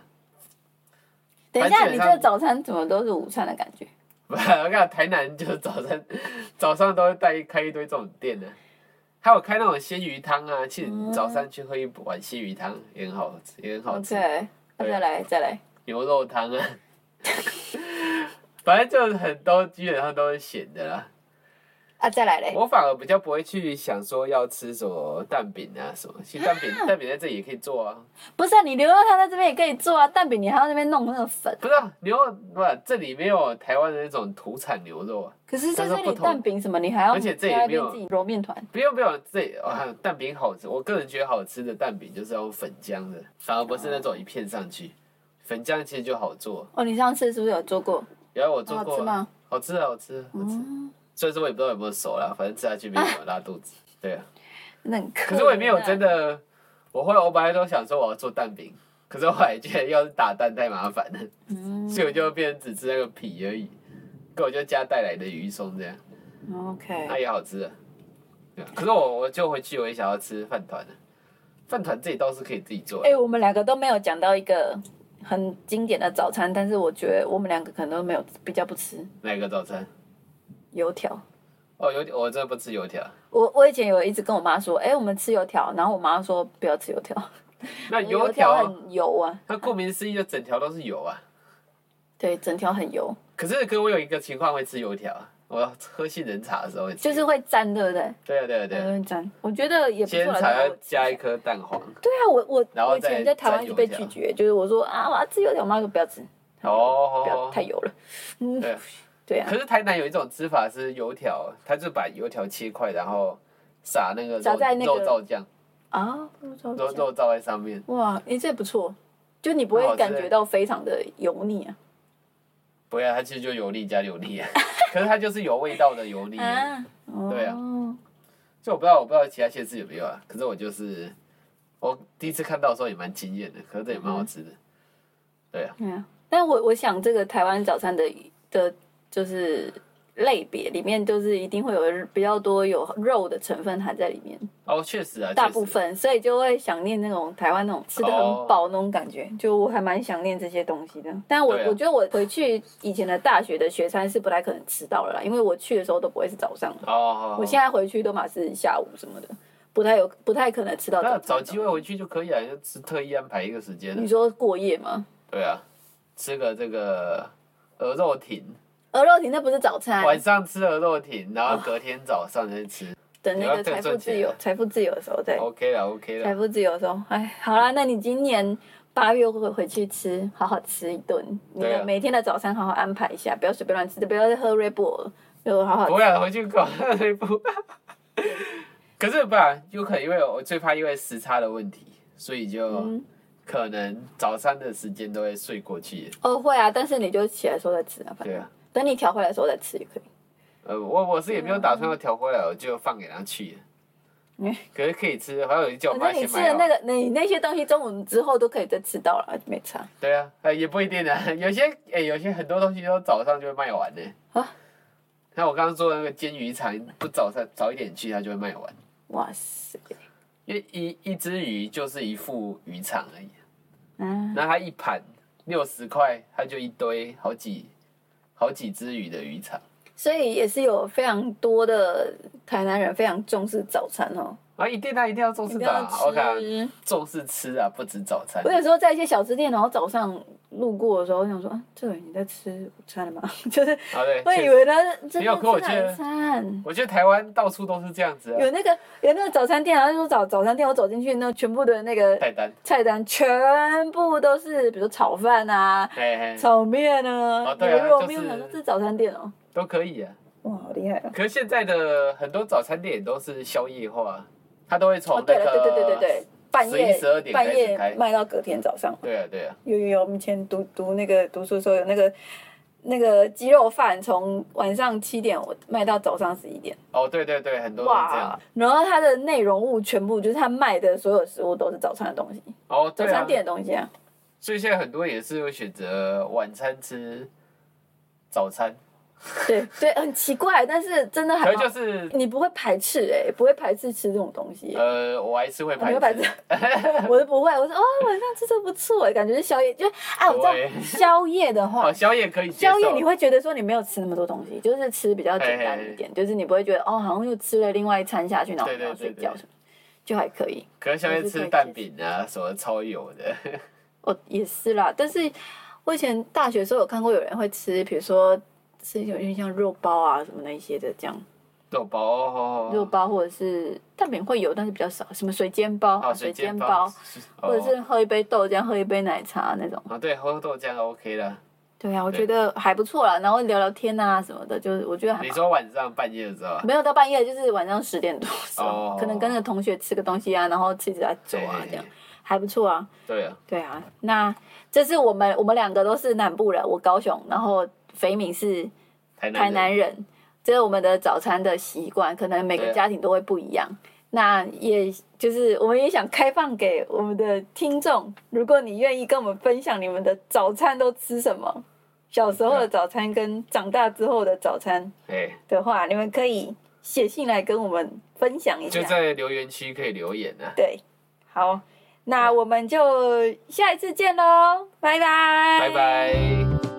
[SPEAKER 2] 等一下，
[SPEAKER 1] 反正基本
[SPEAKER 2] 你这
[SPEAKER 1] 上
[SPEAKER 2] 个早餐怎么都是午餐的感觉？
[SPEAKER 1] 不然 我看台南就是早上早上都会带开一堆这种店的、还有开那种鲜鱼汤啊，去
[SPEAKER 2] 嗯
[SPEAKER 1] 早上去喝一碗鲜鱼汤也很好吃，也很好吃。
[SPEAKER 2] OK，那
[SPEAKER 1] 对
[SPEAKER 2] 再来再来，
[SPEAKER 1] 牛肉汤啊， 反正就是很多基本上都是咸的啦。
[SPEAKER 2] 啊再来嘞。
[SPEAKER 1] 我反而比较不会去想说要吃什么蛋饼啊什么，其实蛋饼蛋饼在这里也可以做啊。
[SPEAKER 2] 不是啊，你牛肉汤在这边也可以做啊，蛋饼你还要那边弄那个粉。
[SPEAKER 1] 不是、啊、牛肉，不是，这里没有台湾的那种土产牛肉啊。
[SPEAKER 2] 可是在
[SPEAKER 1] 但是
[SPEAKER 2] 这里
[SPEAKER 1] 不同
[SPEAKER 2] 蛋饼什么，你还要
[SPEAKER 1] 而且这
[SPEAKER 2] 在
[SPEAKER 1] 也
[SPEAKER 2] 那
[SPEAKER 1] 没有
[SPEAKER 2] 边自己揉面团。
[SPEAKER 1] 不用不用，这里啊蛋饼好吃，我个人觉得好吃的蛋饼就是要用粉浆的，反而不是那种一片上去。粉浆其实就好做，
[SPEAKER 2] 哦，你上次是不是有做过？
[SPEAKER 1] 然后我做
[SPEAKER 2] 好
[SPEAKER 1] 过
[SPEAKER 2] 哦吃
[SPEAKER 1] 啊，
[SPEAKER 2] 吗？
[SPEAKER 1] 好吃啊，好吃啊，好吃。
[SPEAKER 2] 嗯，
[SPEAKER 1] 虽然说我也不知道有没有熟啦，反正吃下去没 有拉肚子。对啊，
[SPEAKER 2] 那很可
[SPEAKER 1] 可是我也没有真。的，我后来我本来都想说我要做蛋饼，可是我后来觉得要是打蛋太麻烦了，
[SPEAKER 2] 嗯
[SPEAKER 1] 所以我就变成只吃那个皮而已，跟我就加带来的鱼松这样。那
[SPEAKER 2] ，OK，
[SPEAKER 1] 也好吃的。对啊可是我我就回去，我也想要吃饭团的。饭团这里倒是可以自己做的
[SPEAKER 2] 哎、我们两个都没有讲到一个很经典的早餐，但是我觉得我们两个可能都没有比较不吃
[SPEAKER 1] 哪个早餐？
[SPEAKER 2] 油条。
[SPEAKER 1] 哦，油条我真的不吃油条。
[SPEAKER 2] 我我以前有一直跟我妈说，哎、我们吃油条，然后我妈说不要吃油条，
[SPEAKER 1] 那啊油
[SPEAKER 2] 条
[SPEAKER 1] 条，
[SPEAKER 2] 很油啊，
[SPEAKER 1] 它顾名思义就整条都是油啊。
[SPEAKER 2] 对，整条很油，
[SPEAKER 1] 可是跟我有一个情况会吃油条啊，我喝杏仁茶的时候会吃。
[SPEAKER 2] 就是会粘，对不对？
[SPEAKER 1] 对啊对啊对啊，
[SPEAKER 2] 会粘，我觉得也不错
[SPEAKER 1] 仙
[SPEAKER 2] 啦
[SPEAKER 1] 草
[SPEAKER 2] 但是
[SPEAKER 1] 要
[SPEAKER 2] 我吃
[SPEAKER 1] 加一
[SPEAKER 2] 下
[SPEAKER 1] 颗蛋黄。
[SPEAKER 2] 对啊，我我
[SPEAKER 1] 然后
[SPEAKER 2] 我以前
[SPEAKER 1] 再
[SPEAKER 2] 在台湾
[SPEAKER 1] 沾
[SPEAKER 2] 一直被
[SPEAKER 1] 油条
[SPEAKER 2] 拒绝，就是我说啊，我要吃油条，我妈说不要吃，不要
[SPEAKER 1] 哦
[SPEAKER 2] 太，油了。嗯，
[SPEAKER 1] 对啊。
[SPEAKER 2] 对啊
[SPEAKER 1] 可，是台南有一种吃法是油条，它就把油条切块，然后撒那个肉
[SPEAKER 2] 撒在那个
[SPEAKER 1] 肉燥酱，
[SPEAKER 2] 啊，肉燥
[SPEAKER 1] 肉
[SPEAKER 2] 酱
[SPEAKER 1] 肉燥在上面。
[SPEAKER 2] 哇，你这不错，就你不
[SPEAKER 1] 很
[SPEAKER 2] 会
[SPEAKER 1] 好吃
[SPEAKER 2] 感
[SPEAKER 1] 欸
[SPEAKER 2] 觉到非常的油腻啊。
[SPEAKER 1] 不啊要，它其实就油腻加油腻，可是它就是有味道的油腻，
[SPEAKER 2] 嗯
[SPEAKER 1] 所，对啊
[SPEAKER 2] 哦，
[SPEAKER 1] 以我不知道我不知道其他县市有没有啊。可是我就是我第一次看到的时候也蛮惊艳的，可是这也
[SPEAKER 2] 嗯
[SPEAKER 1] 蛮好吃的。
[SPEAKER 2] 对啊。但我我想这个台湾早餐的的就是类别里面，就是一定会有比较多有肉的成分含在里面，
[SPEAKER 1] 哦，确实啊，
[SPEAKER 2] 大
[SPEAKER 1] 确实哦
[SPEAKER 2] 部分，所以就会想念那种台湾那种吃的很饱那种感觉，就我还蛮想念这些东西的。但我、
[SPEAKER 1] 对啊
[SPEAKER 2] 我觉得我回去以前的大学的学餐是不太可能吃到了啦，因为我去的时候都不会是早上的，
[SPEAKER 1] 哦，
[SPEAKER 2] 我现在回去都嘛是下午什么的，不太有不太可能吃到早
[SPEAKER 1] 那
[SPEAKER 2] 餐的。
[SPEAKER 1] 找机会回去就可以啊了，就只特意安排一个时间
[SPEAKER 2] 你
[SPEAKER 1] 了。
[SPEAKER 2] 说过夜吗？
[SPEAKER 1] 对啊，吃个这个鹅肉艇，
[SPEAKER 2] 鹅肉亭那不是早餐，
[SPEAKER 1] 晚上吃鹅肉艇，然后隔天早上再吃。
[SPEAKER 2] 等那
[SPEAKER 1] 你
[SPEAKER 2] 个
[SPEAKER 1] 要
[SPEAKER 2] 财
[SPEAKER 1] 更
[SPEAKER 2] 富
[SPEAKER 1] 赚
[SPEAKER 2] 自
[SPEAKER 1] 钱
[SPEAKER 2] 由
[SPEAKER 1] 啊，
[SPEAKER 2] 财富自由的时候再
[SPEAKER 1] OK 了，OK
[SPEAKER 2] 财
[SPEAKER 1] 了，
[SPEAKER 2] 富自由的时候，哎，好啦，那你今年八月会回去吃，好好吃一顿，你
[SPEAKER 1] 对啊
[SPEAKER 2] 的每天的早餐好好安排一下，不要随便乱吃，不要再喝 Red Bull，了就好好
[SPEAKER 1] 不会啊，回去搞那一步。 可是吧，有可能因为我最怕因为时差的问题，所以就
[SPEAKER 2] 嗯
[SPEAKER 1] 可能早餐的时间都会睡过 去。
[SPEAKER 2] 哦，会啊，但是你就起来的时候再吃啊，反
[SPEAKER 1] 对
[SPEAKER 2] 正
[SPEAKER 1] 啊，
[SPEAKER 2] 等你调回来的时候再吃也可以。
[SPEAKER 1] 呃，我我是也没有打算要调回来，我就放给他去了
[SPEAKER 2] 嗯。
[SPEAKER 1] 可是可以吃，还有人叫我
[SPEAKER 2] 反
[SPEAKER 1] 妈
[SPEAKER 2] 正你
[SPEAKER 1] 先
[SPEAKER 2] 吃
[SPEAKER 1] 买
[SPEAKER 2] 的
[SPEAKER 1] 好
[SPEAKER 2] 那。个，你那些东西中午之后都可以再吃到了，没差。
[SPEAKER 1] 对啊，呃，也不一定啊， 有些哎、有些很多东西都早上就会卖完呢、
[SPEAKER 2] 啊
[SPEAKER 1] 像我刚刚说的那个煎鱼肠，不早上早一点去，它就会卖完，
[SPEAKER 2] 哇塞，
[SPEAKER 1] 因为一一只鱼就是一副鱼肠而已，
[SPEAKER 2] 啊，
[SPEAKER 1] 那它一盘六十块，它就一堆好几好几只鱼的鱼肠。
[SPEAKER 2] 所以也是有非常多的台南人非常重视早餐哦，
[SPEAKER 1] 啊，一定啊，一定要重
[SPEAKER 2] 一
[SPEAKER 1] 视
[SPEAKER 2] 定
[SPEAKER 1] 早
[SPEAKER 2] 要
[SPEAKER 1] 啊，OK，啊
[SPEAKER 2] 吃。
[SPEAKER 1] 重视吃啊，不止早餐
[SPEAKER 2] 我。有时候在一些小吃店，然后早上路过的时候，我想说，啊，这里你在吃午餐了吗？ 就是
[SPEAKER 1] 啊，对，
[SPEAKER 2] 我
[SPEAKER 1] 确
[SPEAKER 2] 以
[SPEAKER 1] 实
[SPEAKER 2] 为他是真
[SPEAKER 1] 没有
[SPEAKER 2] 的
[SPEAKER 1] 可我
[SPEAKER 2] 吃
[SPEAKER 1] 觉
[SPEAKER 2] 奶
[SPEAKER 1] 得
[SPEAKER 2] 餐。
[SPEAKER 1] 我觉得台湾到处都是这样子、啊
[SPEAKER 2] 有，那个有那个早餐店，然后就说早早餐店，我走进去，那全部的那个
[SPEAKER 1] 菜单，
[SPEAKER 2] 菜单全部都是，比如说炒饭啊、
[SPEAKER 1] 嘿嘿，
[SPEAKER 2] 炒面啊、
[SPEAKER 1] 嗯哦对啊
[SPEAKER 2] 牛肉
[SPEAKER 1] 就是
[SPEAKER 2] 面，我想说这是早餐店哦，
[SPEAKER 1] 都可以啊。
[SPEAKER 2] 哇，好厉害啊！
[SPEAKER 1] 可是现在的很多早餐店也都是宵夜化，它都会从
[SPEAKER 2] 哦，对
[SPEAKER 1] 那
[SPEAKER 2] 了，
[SPEAKER 1] 个、
[SPEAKER 2] 对对对对对，半夜
[SPEAKER 1] 11 12点
[SPEAKER 2] 半
[SPEAKER 1] 开始
[SPEAKER 2] 夜
[SPEAKER 1] 开
[SPEAKER 2] 卖到隔天早上。
[SPEAKER 1] 对啊对啊，
[SPEAKER 2] 有有有，我们以前读读那个读书的时候有那个那个鸡肉饭，从晚上七点我卖到早上十一点，
[SPEAKER 1] 哦对对对，很多都是这
[SPEAKER 2] 哇
[SPEAKER 1] 样。！
[SPEAKER 2] 然后它的内容物全部就是它卖的所有食物都是早餐的东西，
[SPEAKER 1] 哦
[SPEAKER 2] 早
[SPEAKER 1] 对
[SPEAKER 2] 餐
[SPEAKER 1] 啊，
[SPEAKER 2] 店的东西啊。
[SPEAKER 1] 所以现在很多也是会选择晚餐吃早餐，
[SPEAKER 2] 对对，很奇怪，但是真的
[SPEAKER 1] 可
[SPEAKER 2] 还
[SPEAKER 1] 能
[SPEAKER 2] 蛮
[SPEAKER 1] 就是
[SPEAKER 2] 你不会排斥哎、不会排斥吃这种东西、欸。
[SPEAKER 1] 呃，我还是会
[SPEAKER 2] 我没有排
[SPEAKER 1] 排
[SPEAKER 2] 斥
[SPEAKER 1] 斥，
[SPEAKER 2] 我都不会，我说哦，晚上吃这不错欸，感觉是宵夜，就啊，我知道
[SPEAKER 1] 对
[SPEAKER 2] 宵夜的话
[SPEAKER 1] 哦，，宵夜可以接
[SPEAKER 2] 宵
[SPEAKER 1] 受，
[SPEAKER 2] 夜你会觉得说你没有吃那么多东西，就是吃比较简单一点，就是你不会觉得哦，好像又吃了另外一餐下去，然后
[SPEAKER 1] 对
[SPEAKER 2] 然
[SPEAKER 1] 对
[SPEAKER 2] 后睡
[SPEAKER 1] 对对
[SPEAKER 2] 觉什么，就还可以。
[SPEAKER 1] 可是宵夜
[SPEAKER 2] 我是可以
[SPEAKER 1] 吃蛋饼啊，什么超油的，
[SPEAKER 2] 哦，也是啦，但是我以前大学的时候有看过有人会吃，比如说吃有点像肉包啊什么那一些的这样，
[SPEAKER 1] 肉包哦，
[SPEAKER 2] 肉包或者是蛋饼会有，但是比较少，什么水煎包、
[SPEAKER 1] 哦，
[SPEAKER 2] 水
[SPEAKER 1] 水
[SPEAKER 2] 煎
[SPEAKER 1] 煎
[SPEAKER 2] 包，，或者
[SPEAKER 1] 哦
[SPEAKER 2] 是喝一杯豆浆、喝一杯奶茶那种。
[SPEAKER 1] 啊对，喝豆浆 OK 了。
[SPEAKER 2] 对啊，我
[SPEAKER 1] 对
[SPEAKER 2] 觉得还不错啦，然后聊聊天啊什么的，就是我觉得还
[SPEAKER 1] 你
[SPEAKER 2] 蛮
[SPEAKER 1] 说晚上半夜的时候啊，
[SPEAKER 2] 没有到半夜，就是晚上十点多的时候，
[SPEAKER 1] 哦
[SPEAKER 2] 可能跟着同学吃个东西啊，然后吃起来走啊，
[SPEAKER 1] 嘿
[SPEAKER 2] 这样还不错啊。
[SPEAKER 1] 对啊，
[SPEAKER 2] 对啊，那这是我们我们两个都是南部人，我高雄，然后肥敏是
[SPEAKER 1] 台南
[SPEAKER 2] 台
[SPEAKER 1] 人
[SPEAKER 2] 南人，这是我们的早餐的习惯，可能每个
[SPEAKER 1] 对啊
[SPEAKER 2] 家庭都会不一样。那也就是我们也想开放给我们的听众，如果你愿意跟我们分享你们的早餐都吃什么，小时候的早餐跟长大之后的早餐，
[SPEAKER 1] 哎。
[SPEAKER 2] 的话，你们可以写信来跟我们分享一
[SPEAKER 1] 就
[SPEAKER 2] 下。
[SPEAKER 1] 在留言区可以留言啊，
[SPEAKER 2] 对，好，那我们就下一次见喽，拜拜，
[SPEAKER 1] 拜拜。